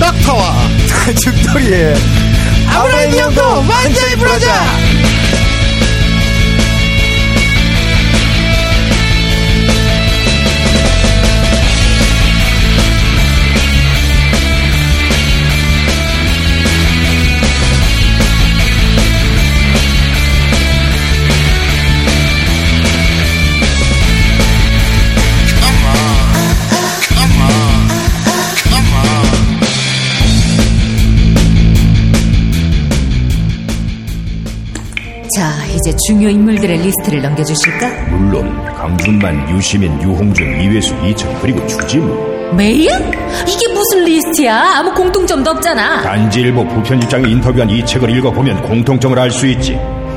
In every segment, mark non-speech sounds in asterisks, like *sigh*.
닥터와 죽돌이의 아무런 인형도 완전히 부러져 자, 이제 중요 인물들의 리스트를 넘겨주실까? 물론 강준만, 유시민, 유홍준, 이회수, 이철 그리고 주지무 메일? 이게 무슨 리스트야? 아무 공통점도 없잖아. 단지일보 부편집장이 인터뷰한 이 책을 읽어보면 공통점을 알 수 있지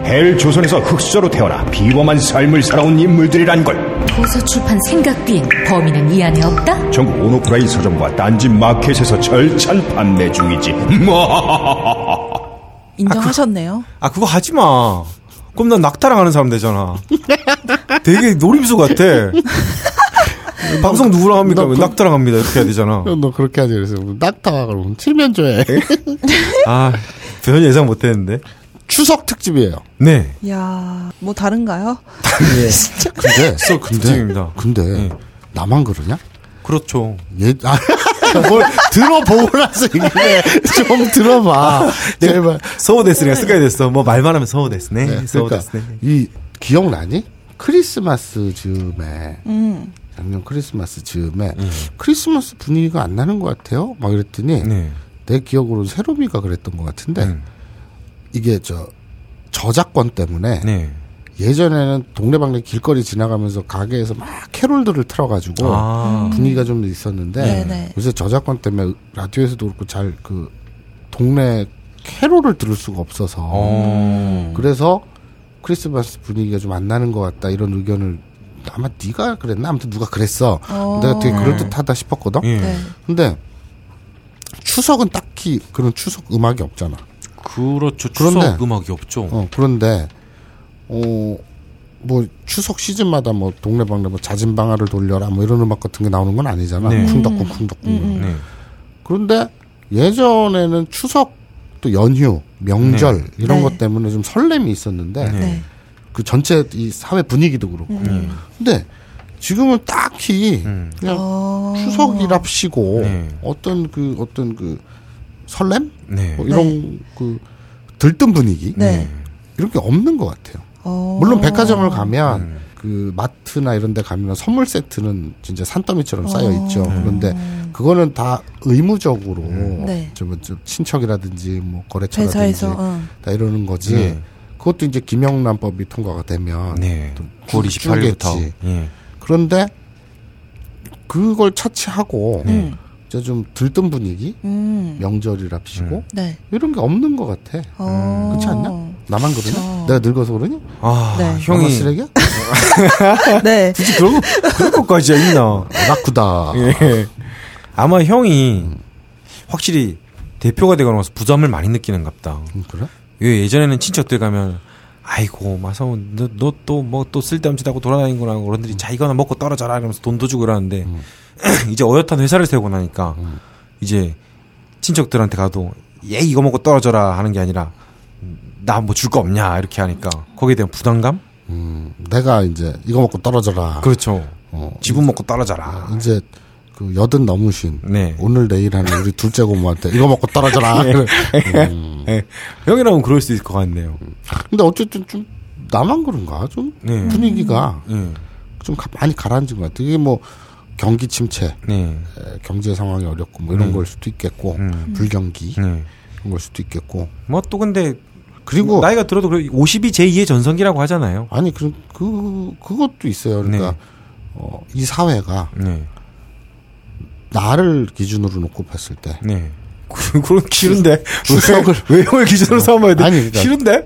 헬 조선에서 흑서로 태어나 비범한 삶을 살아온 인물들이란 걸 도서 출판 생각비엔 범인은 이 안에 없다? 전국 온오프라인 서점과 단지 마켓에서 절찬 판매 중이지 인정하셨네요. 아 그거 하지 마 그럼 난 낙타랑 하는 사람 되잖아 되게 노림수 같아 *laughs* 방송 누구랑 합니까? 너 부- 낙타랑 합니다 이렇게 해야 되잖아 어, 너 그렇게 하지 그래서 뭐 낙타와 그럼 칠면조에 아 전혀 예상 못했는데 *laughs* 추석 특집이에요. 네 이야, 뭐 다른가요? 근데 *laughs* 특집입니다. 근데 나만 그러냐? 그렇죠 얘, 아, *laughs* 뭘 들어보라서 이게 좀 들어봐. 제발. 서우데스네가 쓰게 됐어 뭐 말만 하면 서우데스네 네, 그러니까 서우데스네 이 기억나니? 크리스마스 즈음에 작년 크리스마스 즈음에 크리스마스 분위기가 안 나는 것 같아요. 막 이랬더니 네. 내 기억으로 새로미가 그랬던 것 같은데 이게 저 저작권 때문에 네. 예전에는 동네방네 길거리 지나가면서 가게에서 막 캐롤들을 틀어가지고 아. 분위기가 좀 있었는데 네네. 요새 저작권 때문에 라디오에서도 그렇고 잘 그 동네 캐롤을 들을 수가 없어서 어. 그래서 크리스마스 분위기가 좀 안 나는 것 같다 이런 의견을 아마 네가 그랬나 아무튼 누가 그랬어 어. 내가 되게 그럴 듯하다 싶었거든 네. 예. 네. 근데 추석은 딱히 그런 추석 음악이 없잖아 그렇죠. 그런데- 추석 음악이 없죠. 어, 그런데, 어, 뭐, 추석 시즌마다 뭐, 동네방네 뭐, 자진방아를 돌려라, 뭐, 이런 음악 같은 게 나오는 건 아니잖아. 네. 쿵덕쿵, 쿵덕쿵. 네. 그런데, 예전에는 추석, 또 연휴, 명절, 이런 네. 것 때문에 좀 설렘이 있었는데, 네. 그 전체 이 사회 분위기도 그렇고. 음. 근데, 지금은 딱히, 그냥 어. 추석이랍시고, 네. 어떤 그, 어떤 그, 설렘? 네. 뭐 이런 그, 들뜬 분위기? 예. 네. 이런 게 없는 것 같아요. 어. 물론 백화점을 가면 그 마트나 이런 데 가면 선물 세트는 진짜 산더미처럼 쌓여 어. 있죠. 그런데 그거는 다 의무적으로 음. 네. 좀, 좀 친척이라든지 뭐 거래처라든지 회사에서 어. 응. 다 이러는 거지. 네. 그것도 이제 김영란법이 통과가 되면 네. 또 9월 28일부터. 줄겠지. 예. 그런데 그걸 차치하고 네. 이제 좀 들뜬 분위기 음. 명절이랍시고 네. 이런 게 없는 것 같아. 어. 음, 그렇지 않냐? 나만 그러냐? 내가 늙어서 그러니? 아, 네. 형이 형이 쓰레기야? *laughs* 네. 그런 거- 그런 것까지야 있나? 나쿠다. *laughs* 예. 아마 형이 확실히 대표가 되고 나서 부담을 많이 느끼는갑다. 음, 그래? 예, 예전에는 친척들 가면 아이고 마사오 너 또 뭐 또 쓸데없는 짓 하고 돌아다니구나 하고 어른들이 자 이거나 먹고 떨어져라 이러면서 돈도 주고 이러는데 *clears throat* 이제 어엿한 회사를 세우고 나니까 이제 친척들한테 가도 얘 이거 먹고 떨어져라 하는 게 아니라 나 뭐 줄 거 없냐 이렇게 하니까 거기에 대한 부담감 음, 내가 이제 이거 먹고 떨어져라. 그렇죠 어, 아. 지분 먹고 떨어져라 이제 그 여든 넘으신 네. 오늘 내일 하는 우리 둘째 고모한테 이거 먹고 떨어져라. *laughs* 음. 예. 형이라면 그럴 수 있을 것 같네요 근데 어쨌든 좀 나만 그런가? 좀 네. 분위기가 예. 좀 가- 많이 가라앉은 것 같아. 이게 뭐 경기 침체, 네. 에, 경제 상황이 어렵고 뭐 이런 걸 수도 있겠고 음. 불경기 네. 이런 걸 수도 있겠고 뭐 또 근데 그리고 나이가 들어도 50이 제2의 전성기라고 하잖아요 아니 그, 그 그것도 있어요. 그러니까 네. 어, 이 사회가 네. 나를 기준으로 놓고 봤을 때 네. *laughs* 그- 그런 싫은데 추석을- 왜, 왜 형을 기준으로 삼아야 돼? 아니, 그러니까 싫은데?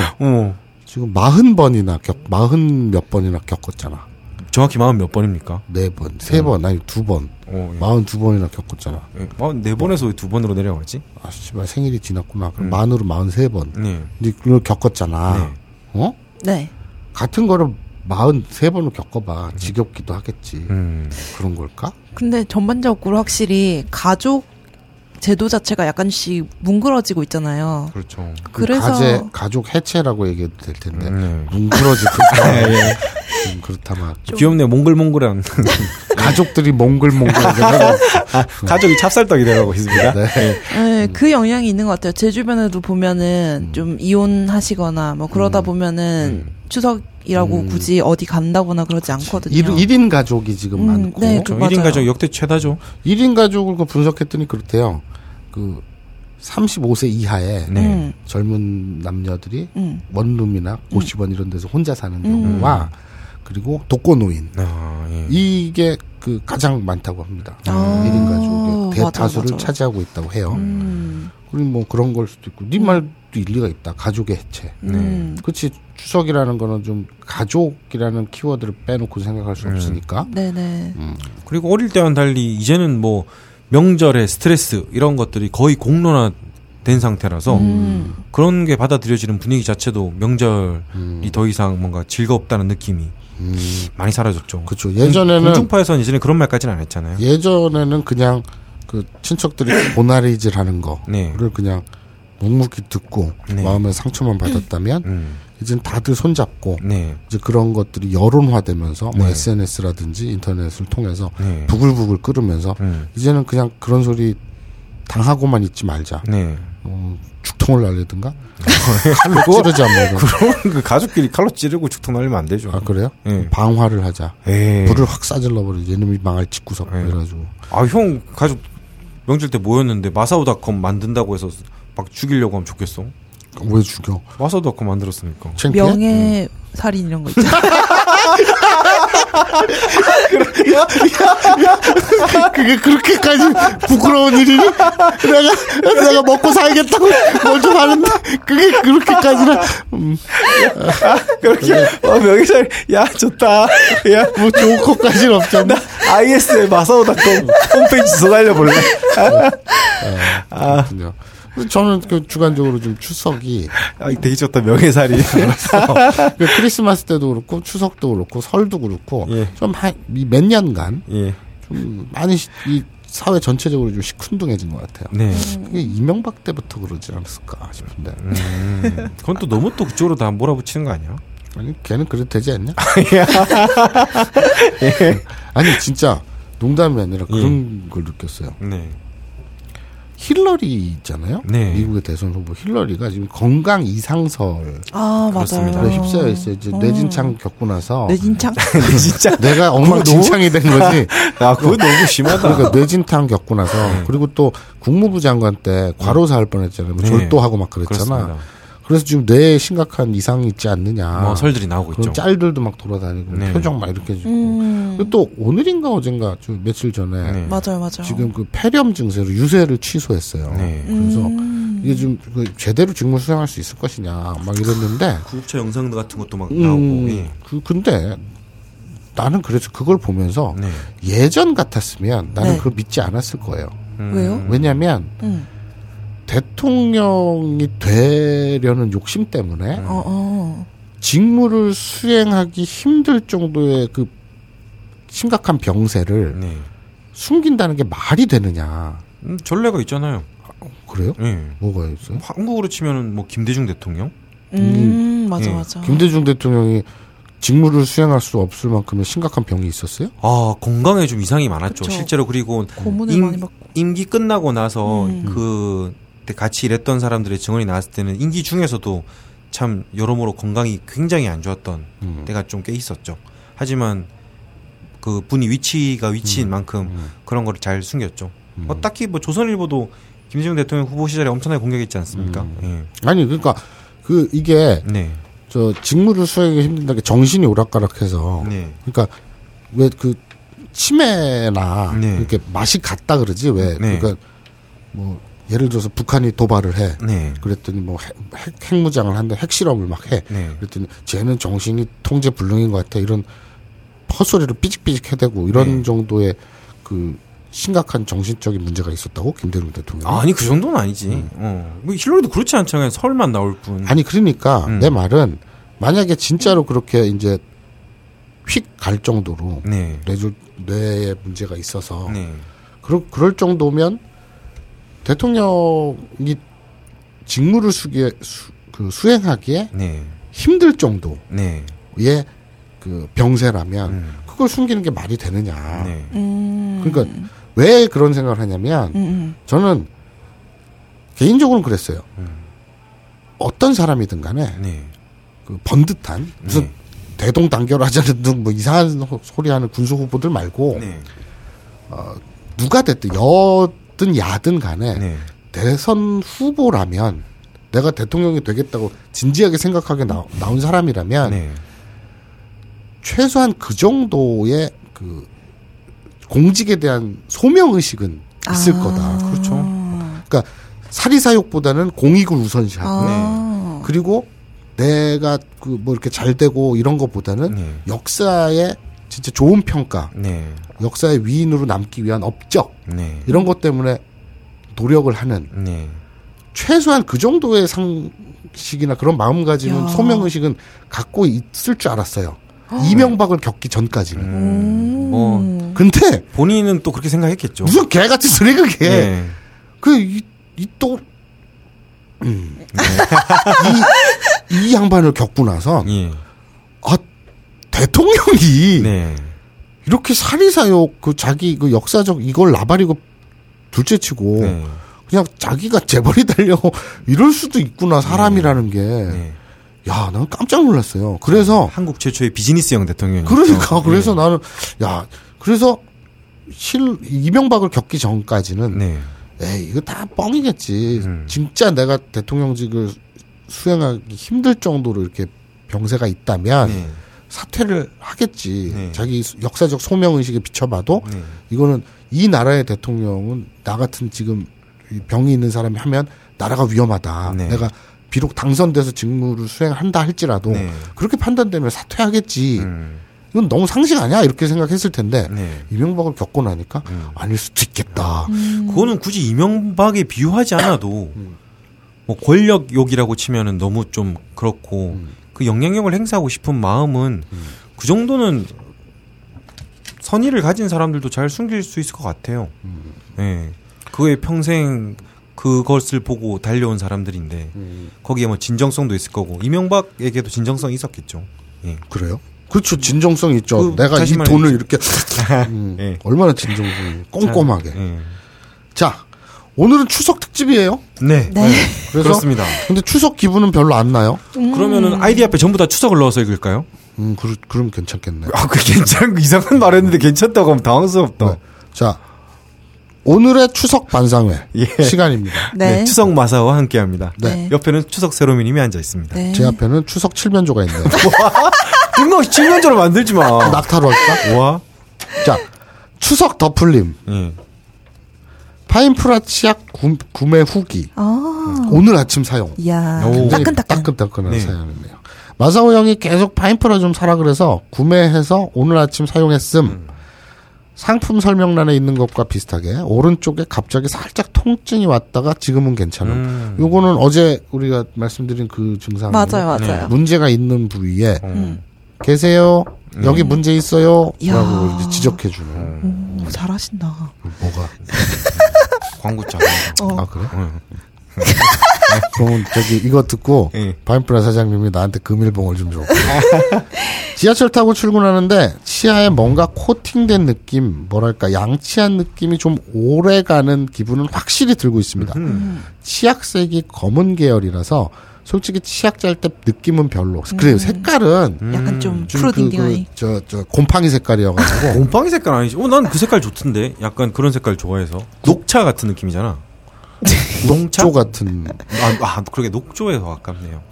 *laughs* 어 지금 마흔 번이나 겪 마흔 몇 번이나 겪었잖아. 정확히 마음 몇 번입니까? 네 번, 세 번, 아니 두 번, 어, 마흔 두 번이나 겪었잖아. 예. 예. 어, 네 번에서 왜 두 번으로 내려갔지? 아, 씨발 생일이 지났구나. 음. 그럼 만으로 마흔 세 번. 네. 근데 그걸 겪었잖아. 어? 네. 같은 거를 43번을 겪어봐. 지겹기도 하겠지. 네. 음. 그런 걸까? 근데 전반적으로 확실히 가족 제도 자체가 약간씩 뭉그러지고 있잖아요. 그렇죠. 그래서 가제, 가족 해체라고 얘기해도 될 텐데. 음. 예, 뭉그러지고. *laughs* 음, 그렇다만. 귀엽네 *laughs* 몽글몽글한 가족들이 몽글몽글. 그러니까? 가족이 찹쌀떡이 되어가고 있습니다. 네, 음. 그 영향이 있는 것 같아요. 제 주변에도 보면은 좀 이혼하시거나 뭐 그러다 음. 보면은 추석이라고 굳이 어디 간다거나 그러지 않거든요. 1인 음. 가족이 지금 음, 많고. 네, 그- 저 맞아요. 1인 어? 가족 역대 최다죠. 1인 가족을 그 분석했더니 그렇대요. 그 35세 이하의 네. 음, 젊은 남녀들이 음. 원룸이나 고시원 이런 데서 혼자 사는 경우와 그리고 독거노인 아, 예. 이게 그 가장 많다고 합니다. 아. 일 1인 가족의 맞아, 대다수를 맞아. 차지하고 있다고 해요. 음, 그리고 뭐 그런 걸 수도 있고 네 말도 일리가 있다. 가족의 해체. 음. 네. 그렇지 추석이라는 거는 좀 가족이라는 키워드를 빼놓고 생각할 음. 수 없으니까 네네. 음. 그리고 어릴 때와는 달리 이제는 뭐 명절에 스트레스 이런 것들이 거의 공론화된 상태라서 그런 게 받아들여지는 분위기 자체도 명절이 음. 더 이상 뭔가 즐겁다는 느낌이 많이 사라졌죠. 그렇죠. 예전에는 음, 공중파에서는 예전에 그런 말까지는 안 했잖아요. 예전에는 그냥 그 *clears throat* 친척들이 보나리질 하는 거를 네. 그냥 묵묵히 듣고 네. 마음에 상처만 받았다면 음. 이젠 다들 손잡고 네. 이제 그런 것들이 여론화되면서 뭐 네. SNS라든지 인터넷을 통해서 네. 부글부글 끓으면서 음. 이제는 그냥 그런 소리 당하고만 있지 말자. 네. 어, 죽통을 날리든가 칼로 찌르자 뭐. 이런. 그런 그 가족끼리 칼로 찌르고 죽통 날리면 안 되죠. 아 그래요? 네. 방화를 하자. 에이. 불을 확 싸질러버려. 얘놈이 망할 짓구석 네. 그래가지고. 아, 형 가족 명절 때 모였는데 마사오닷컴 만든다고 해서 막 죽이려고 하면 좋겠어. 왜 죽여? 마사오닷컴 만들었으니까. 창피해? 명예 음. 살인 이런 거 *laughs* 있죠. 그게 그렇게까지 부끄러운 일이니? 내가, 내가 먹고 살겠다고 먼저 하는데, 그게 그렇게까지는, 음, 그렇게 어, 명의살 야 좋다. 야 뭐 좋은 것까지는 없잖아. IS의 마사오닷컴 홈페이지 서 달려볼래. 그렇군요. 그래서 저는 그 주관적으로 좀 추석이, 아, 되게 좋다 명예살이. 그 크리스마스 때도 그렇고, 추석도 그렇고, 설도 그렇고, 예. 좀 한, 이몇 년간, *laughs* 예. 좀 많이, 시- 이 사회 전체적으로 좀 시큰둥해진 것 같아요. 네. 그게 이명박 때부터 그러지 않았을까 싶은데. 그건 또 너무 또 그쪽으로 다 몰아붙이는 거 아니야? 아니 걔는 그래도 *laughs* 되지 않냐? *laughs* 예. 아니 진짜 농담이 아니라 그런 걸 느꼈어요. 네. 힐러리 있잖아요. 네. 미국의 대선 후보 힐러리가 지금 건강 이상설에 아 그렇습니다. 맞아요. 휩싸여 있어요. 이제 뇌진창 겪고 나서 뇌진창? 진짜. 내가 엉망진창이 *laughs* 된 거지. 아 그거 너무 심하다. 그러니까 뇌진탕 겪고 나서 네. 그리고 또 국무부 장관 때 과로사 할 뻔했잖아요. 뭐 네. 졸도하고 막 그랬잖아. 그렇습니다. 그래서 지금 뇌에 심각한 이상이 있지 않느냐. 뭐 설들이 나오고 그런 있죠. 짤들도 막 돌아다니고 네. 표정 막 이렇게 짓고 음. 그리고 또 오늘인가 어젠가 좀 며칠 전에 네. 맞아요, 맞아요. 지금 그 폐렴 증세로 유세를 취소했어요. 네. 그래서 음. 이게 좀그 제대로 직무 수행할 수 있을 것이냐 막 이랬는데 구급차 영상 같은 것도 막 음, 나오고. 예. 그 근데 나는 그래서 그걸 보면서 네. 예전 같았으면 나는 네. 그걸 믿지 않았을 거예요. 음. 왜요? 왜냐하면 음. 대통령이 되려는 욕심 때문에 음. 어, 어. 직무를 수행하기 힘들 정도의 그 심각한 병세를 네. 숨긴다는 게 말이 되느냐. 음, 전례가 있잖아요. 그래요? 예. 뭐가 있어요? 한국으로 치면은 뭐 김대중 대통령? 음, 맞아, 예. 맞아. 김대중 대통령이 직무를 수행할 수 없을 만큼의 심각한 병이 있었어요? 아 건강에 좀 이상이 많았죠. 그쵸. 실제로 그리고 고문을 많이 받고. 음. 임기 끝나고 나서 그 그때 같이 일했던 사람들의 증언이 나왔을 때는 임기 중에서도 참 여러모로 건강이 굉장히 안 좋았던 때가 좀 꽤 있었죠. 하지만 그 분이 위치가 위치인 만큼 그런 거를 잘 숨겼죠. 뭐 딱히 뭐 조선일보도 김대중 대통령 후보 시절에 엄청나게 공격했지 않습니까? 아니, 그러니까 그 이게 예. 네. 저 직무를 수행하기 힘든다는 게 정신이 오락가락해서 네. 그러니까 왜 그 치매나 네. 이렇게 맛이 갔다 그러지 왜 네. 그러니까 뭐 예를 들어서 북한이 도발을 해 네. 그랬더니 뭐 핵, 핵- 핵무장을 한다 핵실험을 막 해 네. 그랬더니 쟤는 정신이 통제 불능인 것 같아 이런 헛소리를 삐직삐직 해대고 이런 네. 정도의 그 심각한 정신적인 문제가 있었다고 김대중 대통령 아니 그 정도는 아니지. 어. 뭐 힐러리도 그렇지 않잖아요. 설만 나올 뿐. 아니 그러니까 음. 내 말은 만약에 진짜로 그렇게 이제 휙 갈 정도로 네. 뇌졸, 뇌에 문제가 있어서 네. 그러, 그럴 정도면 대통령이 직무를 수기, 수, 그 수행하기에 네. 힘들 정도의 네. 그 병세라면 그걸 숨기는 게 말이 되느냐. 음. 네. 그러니까 왜 그런 생각을 하냐면 저는 개인적으로는 그랬어요. 음. 어떤 사람이든 간에 네. 그 번듯한 무슨 네. 대동단결하자는 등뭐 이상한 호- 소리 하는 군수 후보들 말고 네. 누가 됐든 여든 야든 간에 네. 대선 후보라면 내가 대통령이 되겠다고 진지하게 생각하게 나, 나온 사람이라면 네. 최소한 그 정도의 그 공직에 대한 소명 의식은 있을 거다. 그렇죠. 그러니까 사리사욕보다는 공익을 우선시하고 아. 그리고 내가 그 뭐 이렇게 잘 되고 이런 것보다는 네. 역사에 진짜 좋은 평가, 네. 역사의 위인으로 남기 위한 업적 네. 이런 것 때문에 노력을 하는 네. 최소한 그 정도의 상식이나 그런 마음가짐은 야. 소명의식은 갖고 있을 줄 알았어요. 이명박을 겪기 전까지는. 뭐 근데 본인은 또 그렇게 생각했겠죠. 음. 무슨 개같이 소리 그게. 네. 그이또 음. 네. 이, 이 양반을 겪고 나서 예. 아 대통령이 네. 이렇게 사리사욕 그 자기 그 역사적 이걸 나발이고 둘째치고 네. 그냥 자기가 재벌이 되려고 이럴 수도 있구나 사람이라는 게 네. 아, 야, 난 깜짝 놀랐어요. 그래서 한국 네. 최초의 비즈니스형 대통령이 그러니까 그래서 나는 야, 그래서 실 이명박을 겪기 전까지는 네. 에이 이거 다 뻥이겠지. 음. 진짜 내가 대통령직을 수행하기 힘들 정도로 이렇게 병세가 있다면 네. 사퇴를 하겠지. 네. 자기 역사적 소명 의식에 비춰봐도 네. 이거는 이 나라의 대통령은 나 같은 지금 이 병이 있는 사람이 하면 나라가 위험하다. 네. 내가 비록 당선돼서 직무를 수행한다 할지라도 네. 그렇게 판단되면 사퇴하겠지. 음. 이건 너무 상식 아니야 이렇게 생각했을 텐데 네. 음. 이명박을 겪고 나니까 아닐 수도 있겠다. 그거는 굳이 이명박에 비유하지 않아도 뭐 권력욕이라고 치면은 너무 좀 그렇고 그 영향력을 행사하고 싶은 마음은 그 정도는 선의를 가진 사람들도 잘 숨길 수 있을 것 같아요. 예. 그의 평생 그것을 보고 달려온 사람들인데 거기에 뭐 진정성도 있을 거고 이명박에게도 진정성이 있었겠죠. 예. 그래요? 그렇죠. 진정성 있죠. 그, 내가 이 다시 *laughs* 돈을 이렇게 음, 예. 얼마나 진정성이 꼼꼼하게. 예. 자, 오늘은 추석 특집이에요. 네. 그래서 그렇습니다. 근데 추석 기분은 별로 안 나요. 그러면은 아이디 앞에 전부 다 추석을 넣어서 읽을까요? 음, 그, 그럼 괜찮겠네. 아, 그 괜찮, *laughs* 이상한 말 했는데 괜찮다고 하면 당황스럽다. 네. 자, 오늘의 추석 반상회 *laughs* 예. 시간입니다. 네, 네. 추석 마사와 함께 합니다. 네. 옆에는 추석 세로미님이 앉아 있습니다. 네. 제 앞에는 추석 *laughs* 칠면조가 있네요. 뜬금없이 칠면조로 만들지 *laughs* 마. 낙타로 할까? 와. 자, 추석 덮을림. 예. 파인프라 치약 구- 구매 후기. 아. 오늘 아침 사용. 이야. 오. 굉장히 따끈따끈. 따끈따끈한 네. 사연이네요. 마사오 형이 계속 파인프라 좀 사라 그래서 구매해서 오늘 아침 사용했음. 상품 설명란에 있는 것과 비슷하게 오른쪽에 갑자기 살짝 통증이 왔다가 지금은 괜찮음. 음. 요거는 어제 우리가 말씀드린 그 증상. 맞아요, 음. 맞아요. 문제가 있는 부위에 계세요. 여기 문제 있어요. 이야. 라고 이제 지적해 주는 오, 음, 잘하신다. 뭐가 광고차. 아 그래? *laughs* 그럼 저기 이거 듣고 네. 예. 바인프라 사장님이 나한테 금일봉을 좀 줘. *laughs* 지하철 타고 출근하는데 치아에 뭔가 코팅된 느낌, 뭐랄까 양치한 느낌이 좀 오래가는 기분은 확실히 들고 있습니다. 음. 치약색이 검은 계열이라서 솔직히 치약 짤 때 느낌은 별로. 그래요. 색깔은 음. 약간 음. 좀 좀 프로딩딩하니. 그, 그, 저, 저 곰팡이 색깔이어가지고 곰팡이 색깔 아니지? 어, 난 그 색깔 좋던데. 약간 그런 색깔 좋아해서. 녹차 같은 느낌이잖아. *laughs* 녹조 같은. 아, 아 그러게 녹조에서 아깝네요.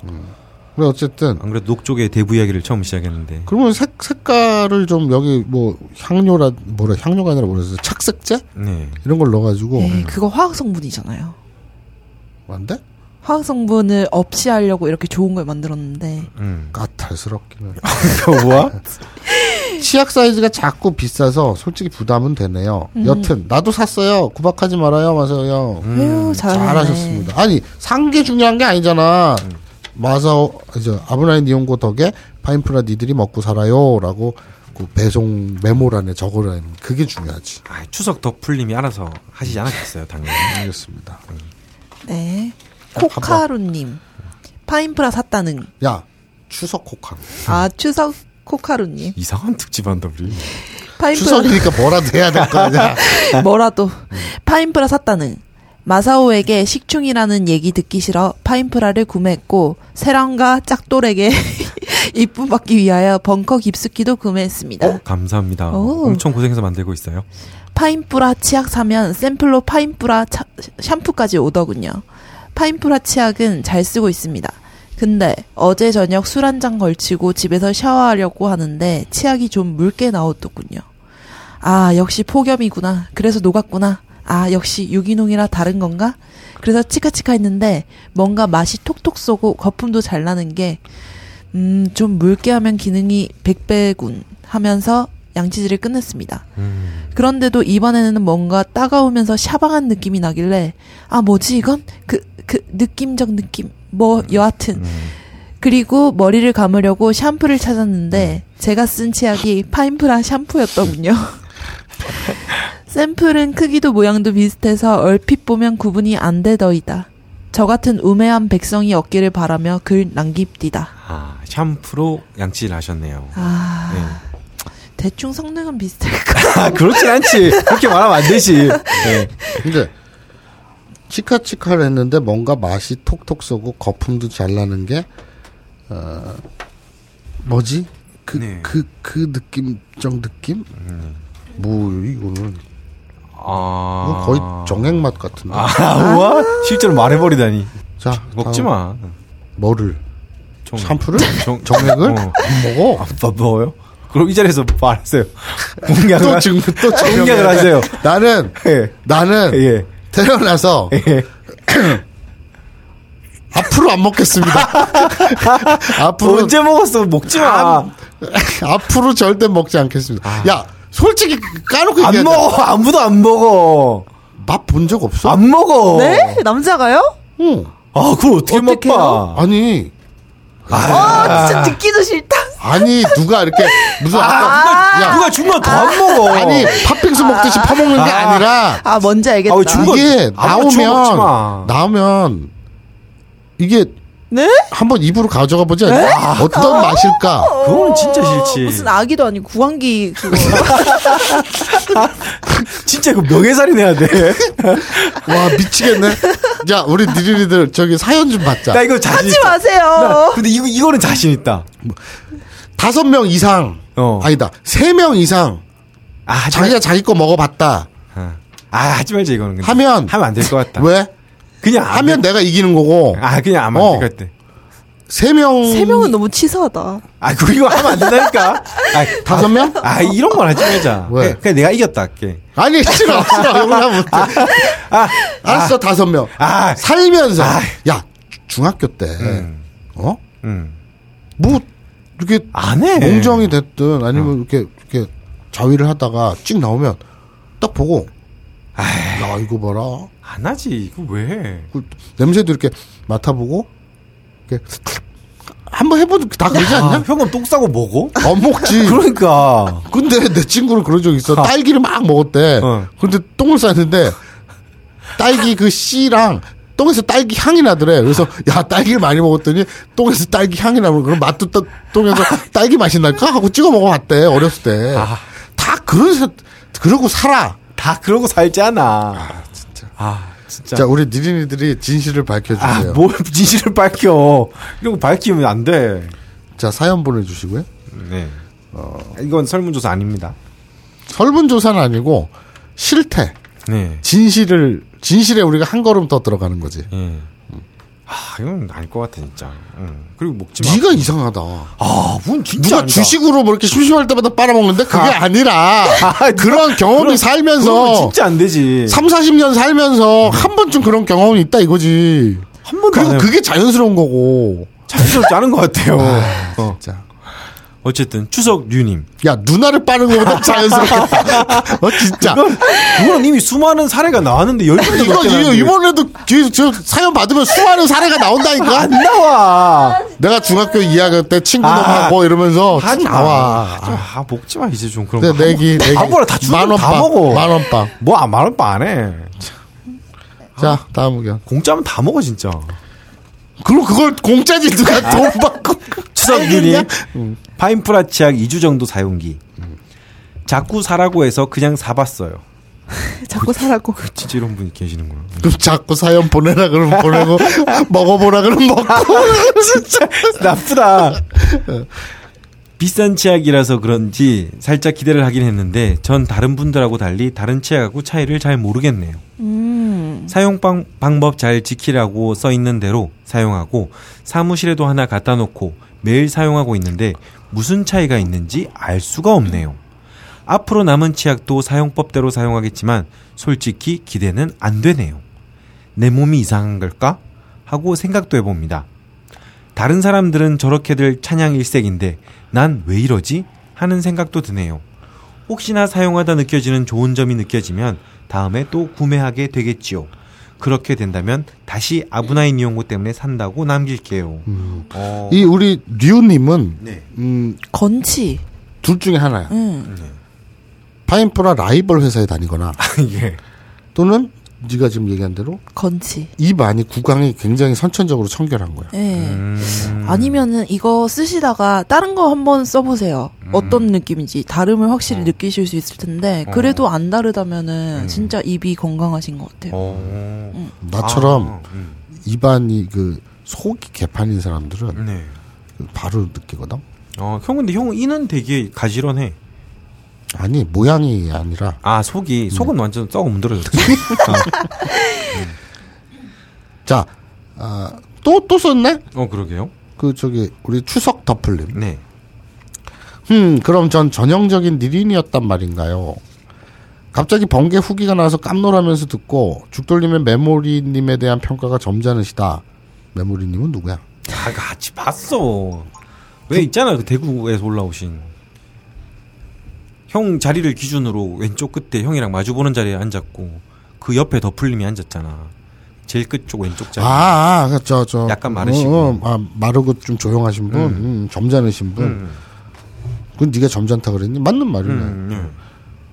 근데 어쨌든 안 그래도 녹조의 대부 이야기를 처음 시작했는데. 그러면 색 색깔을 좀 여기 뭐 향료라 뭐라 향료가 아니라 뭐라 그랬어 착색제 네. 이런 걸 넣어가지고 음, 네, 그거 화학 성분이잖아요. 안 돼? 화학 성분을 없이 하려고 이렇게 좋은 걸 만들었는데 *laughs* 음. 까탈스럽기는 아, 와? 치약 사이즈가 작고 비싸서 솔직히 부담은 되네요. 음. 여튼 나도 샀어요. 구박하지 말아요, 마사오요. 음, 에휴, 잘하네. 잘하셨습니다. 아니 산 게 중요한 게 아니잖아. 마사오 이제 아브라인 이용고 덕에 파인프라 니들이 먹고 살아요라고 그 배송 메모란에 적으라는 그게 중요하지. 아, 추석 덕풀님이 알아서 하시지 않았겠어요, 당연히. 알겠습니다. 네. 코카루님. 파인프라 샀다는. 야 추석 코카. 아, 추석 코카루님. 이상한 특집한다, 우리. 파인프라 추석이니까 뭐라도 해야 될 거 아니야. *laughs* 뭐라도 파인프라 샀다는 마사오에게 식충이라는 얘기 듣기 싫어 파인프라를 구매했고 세랑과 짝돌에게 *laughs* 이쁨 받기 위하여 벙커 깊숙이도 구매했습니다. 감사합니다. 어? 오. 엄청 고생해서 만들고 있어요. 파인프라 치약 사면 샘플로 파인프라 차- 샴푸까지 오더군요. 파인프라 치약은 잘 쓰고 있습니다. 근데 어제 저녁 술 한 잔 걸치고 집에서 샤워하려고 하는데 치약이 좀 묽게 나왔더군요. 아, 역시 폭염이구나. 그래서 녹았구나. 아, 역시 유기농이라 다른 건가? 그래서 치카치카 했는데 뭔가 맛이 톡톡 쏘고 거품도 잘 나는 게, 음, 좀 묽게 하면 기능이 100배군 하면서 양치질을 끝냈습니다. 그런데도 이번에는 뭔가 따가우면서 샤방한 느낌이 나길래, 아, 뭐지 이건? 그, 그, 느낌적 느낌. 뭐, 음. 여하튼. 그리고 머리를 감으려고 샴푸를 찾았는데, 음. 제가 쓴 치약이 파인프라 샴푸였더군요. *laughs* 샘플은 크기도 모양도 비슷해서 얼핏 보면 구분이 안 되더이다. 저 같은 우매한 백성이 얻기를 바라며 글 남깁디다. 아, 샴푸로 양치질 하셨네요. 아, 네. 대충 성능은 비슷할까? *laughs* 아, 그렇진 않지. 그렇게 말하면 안 되지. 네. 근데 치카치카를 했는데 뭔가 맛이 톡톡 쏘고 거품도 잘 나는 게 어, 뭐지? 그 그 그 네. 음. 느낌적 느낌? 뭐 이거는 아. 이거 거의 정액 맛 같은데. 아, 우와? 실제로 말해버리다니. 자 먹지 다음. 마. 뭐를 정- 샴푸를 *laughs* 정- 정액을 어. 안 먹어. 아빠 먹어요? 그럼 이 자리에서 말하세요. 공약을 또 아, 하- 증, 또 공약을 *laughs* 하세요. 나는 예. 나는 예. 태어나서 예. 앞으로 *laughs* 안 먹겠습니다. 앞으로 언제 먹었어? 먹지 마. *laughs* 앞으로 절대 먹지 않겠습니다. 야, 솔직히 까놓고 아. 안 얘기하자. 먹어. 아. 아무도 안 먹어. 맛본 적 없어? 안 먹어. 네? 남자가요? 응. 아, 그걸 어떻게 먹봐? 아니, 아, 진짜 듣기도 싫다. 아니 누가 이렇게 무슨 아까 야, 누가 주면 더 안 먹어. 아니 팥빙수 먹듯이 퍼먹는 게 아. 아니라 아, 뭔지 알겠다. 아, 왜 중- 이거 이게 아무나 주워 먹지 나오면 마. 나오면 이게 네? 한번 입으로 가져가 보지 않냐? 어떤 맛일까? 그거는 진짜 어, 싫지. 무슨 아기도 아니고 구강기 그거. *laughs* 진짜 이거 명예살인 해야 돼. 와 미치겠네. 야 우리 니리리들 저기 사연 좀 나 받자. 이거 자신 하지 있다. 나, 마세요. 근데 이거, 이거는 자신 있다. 다섯 명 이상 어. 아니다 세 명 이상 아, 하지 자기가 자기 거 먹어봤다. 말, 아, 하지 말자, 이거는. 근데. 하면- 하면 안 될 것 같다. 왜? 그냥 안 하면 내가 이기는 거고 돼. 아, 그냥 하면 어. 안 될 것 같아. 세 명, 그 세 명은 너무 치사하다. 아, 그거 이거 하면 안 된다니까? *laughs* 아, 다섯 명? 아, 이런 걸 하지 말자. 왜? 그냥, 그냥 내가 이겼다, 할게. 아니 싫어 싫어 이걸 하면 못해. 아, 알았어 다섯 명. 아. 살면서 아. 야 주- 중학교 때 어? 음. 뭐 이렇게 안 해. 어. 몽정이 됐든 아니면 이렇게 이렇게 자위를 하다가 찍 나오면 딱 보고 아. 야 이거 봐라 안 하지, 이거 왜 해? 그 냄새도 이렇게 맡아보고 이렇게 한번 해보도 다 그러지 아, 않냐? 형은 똥 싸고 *laughs* 먹어? 안 먹지. 그러니까. 근데 내 친구는 그런 적 있어. 딸기를 막 먹었대. 어. 근데 똥을 쌌는데 딸기 그 씨랑 똥에서 딸기 향이 나더래. 그래서 야 딸기를 많이 먹었더니 똥에서 딸기 향이 나면 그럼 맛도 따, 똥에서 딸기 맛이 날까 하고 찍어 먹어봤대 어렸을 때. 아. 다 그런 사- 그러고 살아. 다 그러고 살잖아. 아, 진짜. 아, 진짜. 자 우리 니린이들이 진실을 아, 밝혀주세요. 뭘 *laughs* 진실을 밝혀. 이런 거 밝히면 안 돼. 자 사연 보내주시고요. 네. 이건 설문조사 아닙니다. 설문조사는 아니고 실태 네. 진실을 진실에 우리가 한 걸음 더 들어가는 거지. 예. 아, 이건 아닐 것 같아, 진짜. 응. 그리고 먹지 마. 네가 이상하다. 아, 뭔 진짜. 누가 아니다. 주식으로 뭐 이렇게 심심할 때마다 빨아먹는데 그게 아. 니라 *laughs* 아, 그럼- 그런 경험이 그러면 살면서 진짜 안 되지. 3, 40년 살면서 한 번쯤 그런 경험이 있다 이거지. 한 번도 안 그리고 해요. 그게 자연스러운 거고. *laughs* 자연스럽지 않은 것 같아요. 아, 어. 진짜. 어쨌든 추석 류님. 야 누나를 빠는 것보다 자연스럽겠다. 어 진짜. 그건 이미 수많은 사례가 나왔는데 열 번도 이거 넘게 이거 나왔는데 이번에도 뒤에서 저 사연 받으면 수많은 사례가 나온다니까. 안 나와. 내가 중학교 2학년 때 친구 아. 넘하고 이러면서 하지 마. 어, 나와. 아, 아, 먹지 마 이제 좀 그런 네, 거. 내기 내기. 아무거나 다 주면 다 만원빵, 먹어. 만원빵. 뭐만원안 해. 자 다음 의견. 공짜면 다 먹어 진짜. 그럼 그걸 공짜지 누가 돈 받고. 추석 류님. 파인프라 치약 2주 정도 사용기. 음. 자꾸 사라고 해서 그냥 사봤어요. 자꾸 사라고. 진짜 이런 분이 계시는구나. *laughs* 그럼 자꾸 사연 보내라 그러면 *laughs* 보내고 먹어보라 그러면 먹고. 진짜 *laughs* 나쁘다. 비싼 치약이라서 그런지 살짝 기대를 하긴 했는데 전 다른 분들하고 달리 다른 치약하고 차이를 잘 모르겠네요. 사용 방, 방법 잘 지키라고 써 있는 대로 사용하고 사무실에도 하나 갖다 놓고 매일 사용하고 있는데 무슨 차이가 있는지 알 수가 없네요. 앞으로 남은 치약도 사용법대로 사용하겠지만 솔직히 기대는 안 되네요. 내 몸이 이상한 걸까? 하고 생각도 해봅니다. 다른 사람들은 저렇게들 찬양 일색인데 난 왜 이러지? 하는 생각도 드네요. 혹시나 사용하다 느껴지는 좋은 점이 느껴지면 다음에 또 구매하게 되겠지요. 그렇게 된다면 다시 아브나인 이용고 때문에 산다고 남길게요. 음. 어, 이 우리 류님은 네. 음, 건치. 둘 중에 하나야. 응. 네. 파인프라 라이벌 회사에 다니거나 *laughs* 예. 또는 네가 지금 얘기한 대로 건치. 입 안이 구강이 굉장히 선천적으로 청결한 거야. 예. 음. 아니면은 이거 쓰시다가 다른 거 한번 써보세요. 음. 어떤 느낌인지 다름을 어. 확실히 느끼실 수 있을 텐데 그래도 안 음. 다르다면은 진짜 입이 건강하신 것 같아요. 어, 나처럼 아, 음, 입안이 그 속이 개판인 사람들은 네. 바로 느끼거든. 어, 형 근데 형 이는 되게 가지런해. 아니 모양이 아니라 아 속이 속은 음. 완전 *laughs* 썩어 문드러졌어. 자. 아, 또, 또 썼네? 어 그러게요. 그, 저기, 우리 추석 덮을림. 네. 흠, 그럼 전 전형적인 니린이었단 말인가요? 갑자기 번개 후기가 나와서 깜놀하면서 듣고 죽돌님의 메모리님에 대한 평가가 점잖으시다. 메모리님은 누구야? 다 같이 봤어. 왜 있잖아 그 대구에서 올라오신 형 자리를 기준으로 왼쪽 끝에 형이랑 마주 보는 자리에 앉았고 그 옆에 더풀님이 앉았잖아. 제일 끝쪽 왼쪽 자리. 아, 아, 저, 저. 약간 마르시고. 어, 어, 아, 마르고 좀 조용하신 분, 음, 점잖으신 분. 음, 그건 네가 점잖다 그랬니? 맞는 말이네. 음, 음.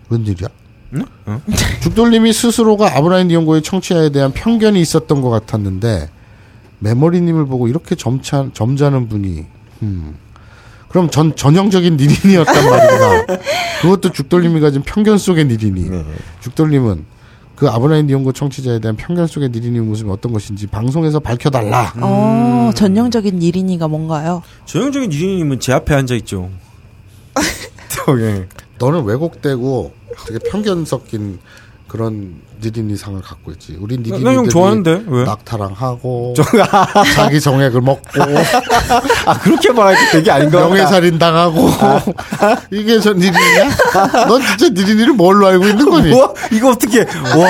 웬일이야? 응? 어? 응? 죽돌님이 스스로가 아브라인 디용고의 청취자에 대한 편견이 있었던 것 같았는데 메모리님을 보고 이렇게 점찬 점잖은 분이 음. 그럼 전 전형적인 *laughs* 니린이었단 말입니다. 그것도 죽돌님이 가진 편견 속의 니린이. 네. 죽돌님은 그 아브라인 디용고 청취자에 대한 편견 속의 니린이 모습이 어떤 것인지 방송에서 밝혀달라. 음. 어, 전형적인 일인이가 뭔가요? 전형적인 유진님은 제 앞에 앉아 있죠. 예. 너는 왜곡되고 되게 편견 섞인 그런 니린이상을 갖고 있지. 우리 니린이들이 나형 좋아하는데, 왜? *laughs* 낙타랑 하고 자기 정액을 먹고 아 그렇게 말할 때 되게 아닌가 아. 명예살인 당하고 *laughs* 이게 전 니린이야? 넌 진짜 니린이를 뭘로 알고 있는 거니? 와 이거 어떻게 와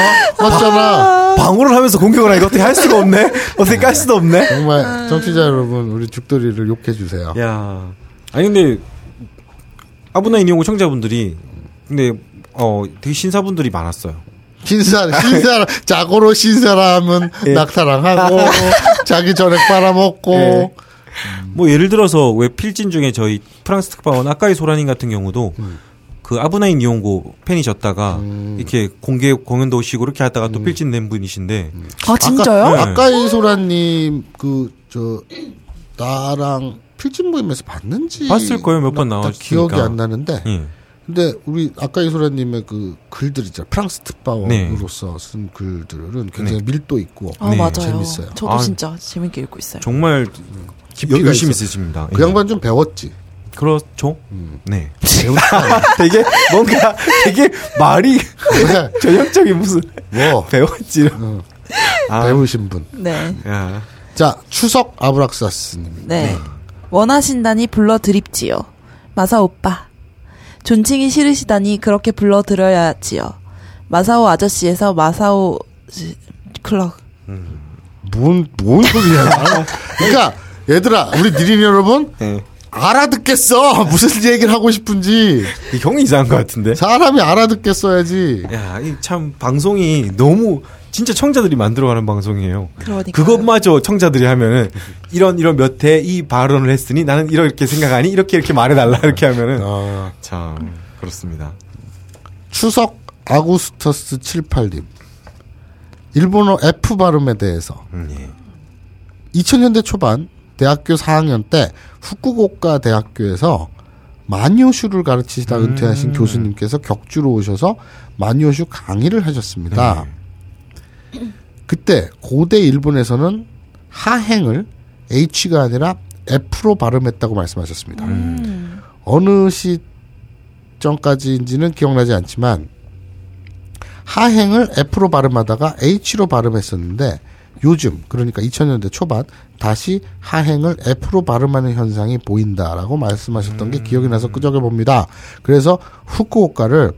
맞잖아. 방어를 하면서 공격을 하니 어떻게 할 수가 없네. 어떻게 깔 수도 없네. 정말 정치자 여러분 우리 죽돌이를 욕해 주세요. 예. 야. 아니 근데 아브나 인용호 청자분들이 근데 어 되게 신사분들이 많았어요. 신사람, *laughs* 신사람, 자고로 신사람은 예. *laughs* 낙타랑 하고 자기 전액 빨아먹고 예. 뭐 예를 들어서 왜 필진 중에 저희 프랑스 특파원 아까이 소라님 같은 경우도 음. 그 아브나인 이용고 팬이셨다가 이렇게 공개 공연도 오시고 이렇게 하다가 음. 또 필진 낸 분이신데 아 진짜요? 네. 아까 이소라님 그 저 나랑 필진 모임에서 봤는지 봤을 거예요 몇 번 딱 나왔으니까 기억이 안 나는데 예. 근데 우리 아까 이소라님의 그 글들 있잖아요 프랑스 특파원으로서 쓴 글들은 굉장히 밀도 있고 아 네. 맞아요. 재밌어요. 저도 아, 진짜 재밌게 읽고 있어요. 정말 깊이가 열심히 있어요. 쓰십니다. 그 예. 양반 *laughs* 좀 배웠지 *laughs* 그렇죠. 네. 배운 사람. *laughs* 되게 뭔가 되게 말이 그냥 전형적인 무슨 뭐 *laughs* 배웠지. 아. 배우신 분. 네, 야. 자 추석 아브락사스님. 네. 원하신다니 불러드립지요. 마사 오빠. 존칭이 싫으시다니 그렇게 불러드려야지요. 마사오 아저씨에서 마사오 시- 클럭. *laughs* 뭔뭔 소리야? 그러니까 얘들아 우리 니린 여러분 네. 알아듣겠어 무슨 얘기를 하고 싶은지 이 형이 이상한 것 같은데. 사람이 알아듣겠어야지 야, 이 참 방송이 너무 진짜 청자들이 만들어가는 방송이에요. 그러니까요. 그것마저 청자들이 하면은 이런 이런 몇 해 이 발언을 했으니 나는 이렇게 생각하니 이렇게 이렇게 말해달라 이렇게 하면은 아, 참 그렇습니다. 추석 아구스터스 78님 일본어 F 발음에 예. 대해서 2000년대 초반 대학교 4학년 때 후쿠오카 대학교에서 만요슈를 가르치시다 은퇴하신 교수님께서 격주로 오셔서 만요슈 강의를 하셨습니다. 네. 그때 고대 일본에서는 하행을 H가 아니라 F로 발음했다고 말씀하셨습니다. 어느 시점까지인지는 기억나지 않지만 하행을 F로 발음하다가 H로 발음했었는데 요즘 그러니까 2000년대 초반 다시 하행을 F로 발음하는 현상이 보인다라고 말씀하셨던 게 기억이 나서 끄적여 봅니다. 그래서 후쿠오카를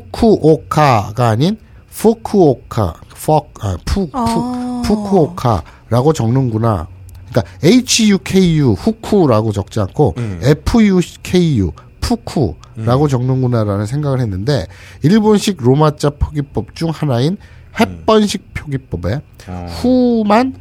후쿠오카가 아닌 후쿠오카, 퍽, 아, 푸, 푸, 아. 후쿠오카라고 적는구나. 그러니까 H-U-K-U 후쿠라고 적지 않고 음. F-U-K-U 푸쿠라고 적는구나라는 생각을 했는데 일본식 로마자 표기법 중 하나인 음. 햇번식 표기법에 아. 후만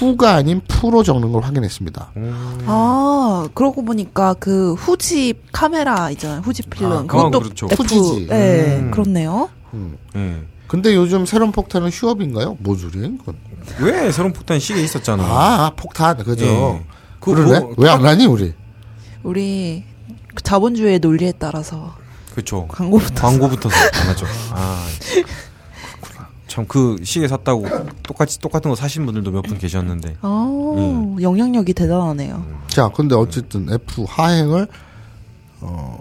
후가 아닌 푸로 적는 걸 확인했습니다. 음. 아, 그러고 보니까 그 후지 카메라 있잖아요. 후지 필름. 아, 그건 그것도 그렇죠. F, 후지지. 네, 음. 그렇네요. 예. 근데 요즘 새로운 폭탄은 휴업인가요? 뭐 소리인 건? 음. 왜 새로운 폭탄 시계 있었잖아. 아, 아, 폭탄 그죠? 예. 그 그러네. 뭐- 왜 안 하니 우리? 우리 그 자본주의 논리에 따라서 그렇죠. 광고부터 광고부터 맞죠. *laughs* 아, 참 그 시계 샀다고 똑같이 똑같은 거 사신 분들도 몇 분 계셨는데. 아, 음. 영향력이 대단하네요. 자, 근데 어쨌든 F 하행을 어,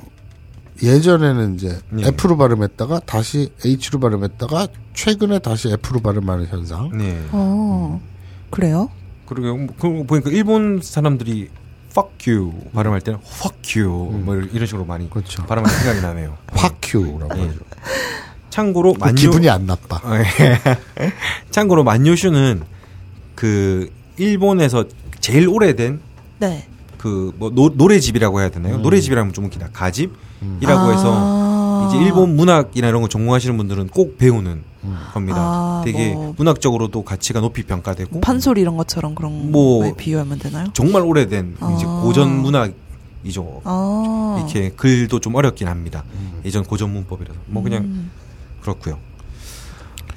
예전에는 이제 예. F로 발음했다가 다시 H로 발음했다가 최근에 다시 F로 발음하는 현상. 네. 어, 그래요? 그러게 뭐, 그러고 보니까 일본 사람들이 fuck you 발음할 때는 fuck you 뭐 이런 이런 식으로 많이 음. 그렇죠. 발음할 생각이 *laughs* 나네요. 화큐라고 예. 하죠. 참고로 그 만요 기분이 안 나빠. 아, 예. *laughs* 참고로 만요슈는 그 일본에서 제일 오래된 네. 그 뭐 노래집이라고 해야 음. 되나요? 노래집이라면 좀 웃기다. 가집이라고 해서 아. 이제 일본 문학이나 이런 거 전공하시는 분들은 꼭 배우는 음. 겁니다. 아, 되게 뭐. 문학적으로도 가치가 높이 평가되고 판소리 이런 것처럼 그런 뭐- 거에 비유하면 되나요? 정말 오래된 이제 아. 고전 문학이죠. 아. 이렇게 글도 좀 어렵긴 합니다. 예전 고전 문법이라서 뭐 그냥 그렇고요.